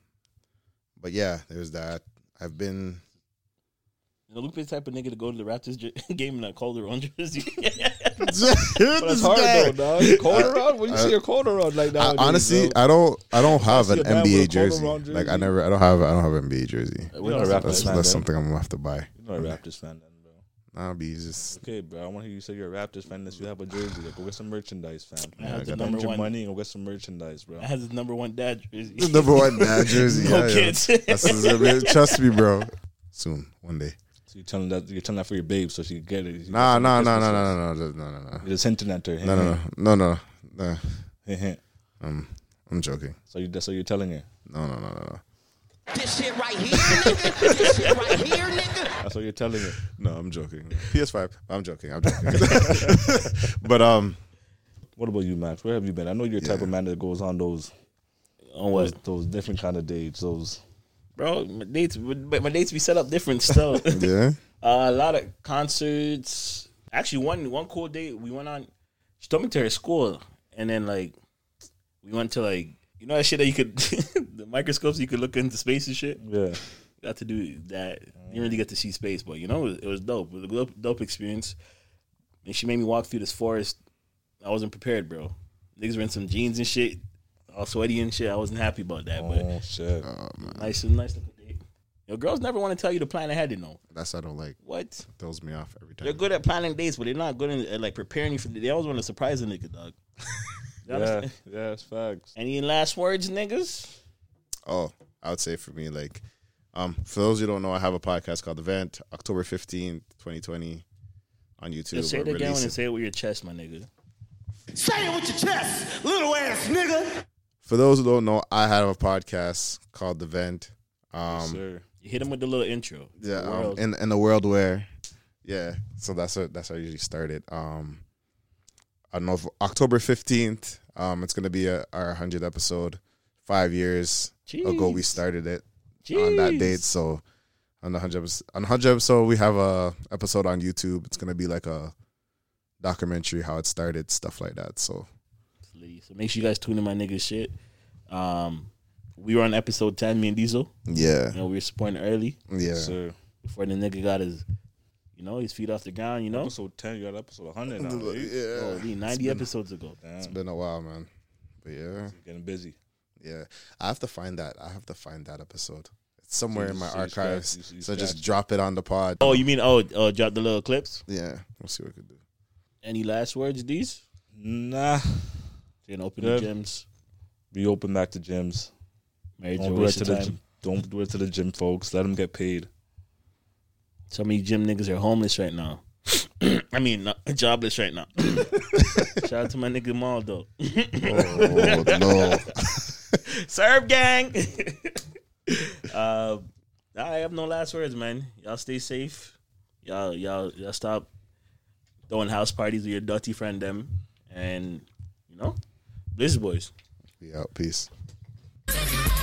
B: but yeah, there's that. I've been.
C: You know, Lupe's type of nigga to go to the Raptors j- game and not call their own jersey.
D: But it's hard though, dog. Cold around? When you see a cold around like
B: I,
D: that,
B: honestly, I don't. I don't have
D: see
B: an
D: a man with a
B: NBA
D: Polo
B: jersey.
D: Round
B: Like I
D: jersey.
B: never. I don't have. I don't have an NBA jersey.
D: We're not a
B: That's
D: Raptors fan.
B: that's
D: That's
B: something I'm gonna have to buy.
D: You're not a Raptors fan, then, bro.
B: I'll be just.
D: Okay, bro. I want to hear you say you're a Raptors fan. That you have a jersey. Like, go get some merchandise, fam.
C: I have the
D: Spend
C: number
D: your
C: one.
D: money and go get some merchandise, bro.
C: That has his number one dad jersey.
B: Number one dad jersey. yeah,
C: No
B: yeah.
C: kids.
B: That's just- trust me, bro. Soon, one day.
D: So you're telling that you're telling that for your babe, so she can get it.
B: Nah, nah, nah, nah, nah, nah, no, no, no, no,
D: You're just hinting at her.
B: no, no, no, no, no, no.
D: no.
B: Um, I'm joking.
D: so you so you're telling her.
B: No, no, no, no, no.
G: This shit right here, nigga. This shit right here, nigga.
D: That's what you're telling her.
B: No, I'm joking. PS5. I'm joking. I'm joking. but um,
D: What about you, Max? Where have you been? I know you're the type of man that goes on those
C: On
D: those,
C: what,
D: those different kind of dates. Those
C: bro? My dates, but my dates be set up different still.
B: yeah.
C: Uh, a lot of concerts. Actually, one one cool day we went on. She took me to her school, and then like we went to like you know that shit that you could the microscopes you could look into space and shit.
D: yeah.
C: Got to do that. You didn't really get to see space, but you know it was, it was dope. It was a dope, dope experience. And she made me walk through this forest. I wasn't prepared, bro. Niggas were in some jeans and shit, all sweaty and shit. I wasn't happy about that,
D: Oh shit.
C: but nice, nice little date. Yo, girls never want to tell you to plan ahead, you know
B: That's I don't like.
C: what?
B: Throws me off every time.
C: They're good at planning dates, but they're not good at, at, like preparing you for. The, they always want to surprise a nigga, dog. You
D: Yeah,
C: understand?
D: yeah, it's facts.
C: Any last words, niggas?
B: Oh, I would say for me, like, um, for those who don't know, I have a podcast called The Vent, October fifteenth, twenty twenty, on YouTube.
C: Just say
B: We're
C: it again
B: releasing-
C: and say it with your chest, my nigga.
B: for those who don't know, I have a podcast called The Vent. Um,
D: Sir.
C: You hit him with the little intro.
B: yeah,
C: The
B: um,
C: world.
B: in in a world where, yeah. So that's what that's how I usually start it. Um, I don't know if October fifteenth. Um, it's gonna be a, our hundredth episode. Five years ago, we
C: Jeez.
B: started it on that
C: Jeez.
B: date. So on the hundred on the hundred episode, we have a episode on YouTube. It's gonna be like a documentary how it started, stuff like that. So
C: Please. So make sure you guys tune in my nigga shit. Um, we were on episode ten, me and Diesel.
B: Yeah.
C: You know, we were supporting early
B: Yeah.
D: Sir,
C: before the nigga got his, you know, his feet off the ground. You know,
D: episode ten, you got episode hundred now. eh?
B: yeah.
C: Holy, ninety episodes ago.
D: Damn,
B: It's been a while, man. But yeah.
D: getting busy.
B: Yeah, I have to find that. I have to find that episode. It's somewhere
D: you-
B: in my
D: so you scratch-
B: archives.
D: you- so you
B: so just
D: scratch.
B: drop it on the pod.
C: Oh, you mean oh, uh, drop the little clips.
B: yeah. We'll see what we could do.
C: Any last words, D's?
D: Nah,
C: Then open
D: Good.
C: the gyms.
D: reopen back to gyms.
C: Married
D: Don't
C: to
D: do it to
C: waste
D: the
C: of time.
D: gym. don't do it to the gym folks. Let them get paid.
C: So many gym niggas are homeless right now. I mean, not, jobless right now. Shout out to my nigga Mal though.
B: Oh no!
C: Serve gang. uh, I have no last words, man. Y'all stay safe. Y'all, y'all, y'all stop throwing house parties with your dirty friend them, and you know, Bliss boys.
B: We out. Peace.
E: This is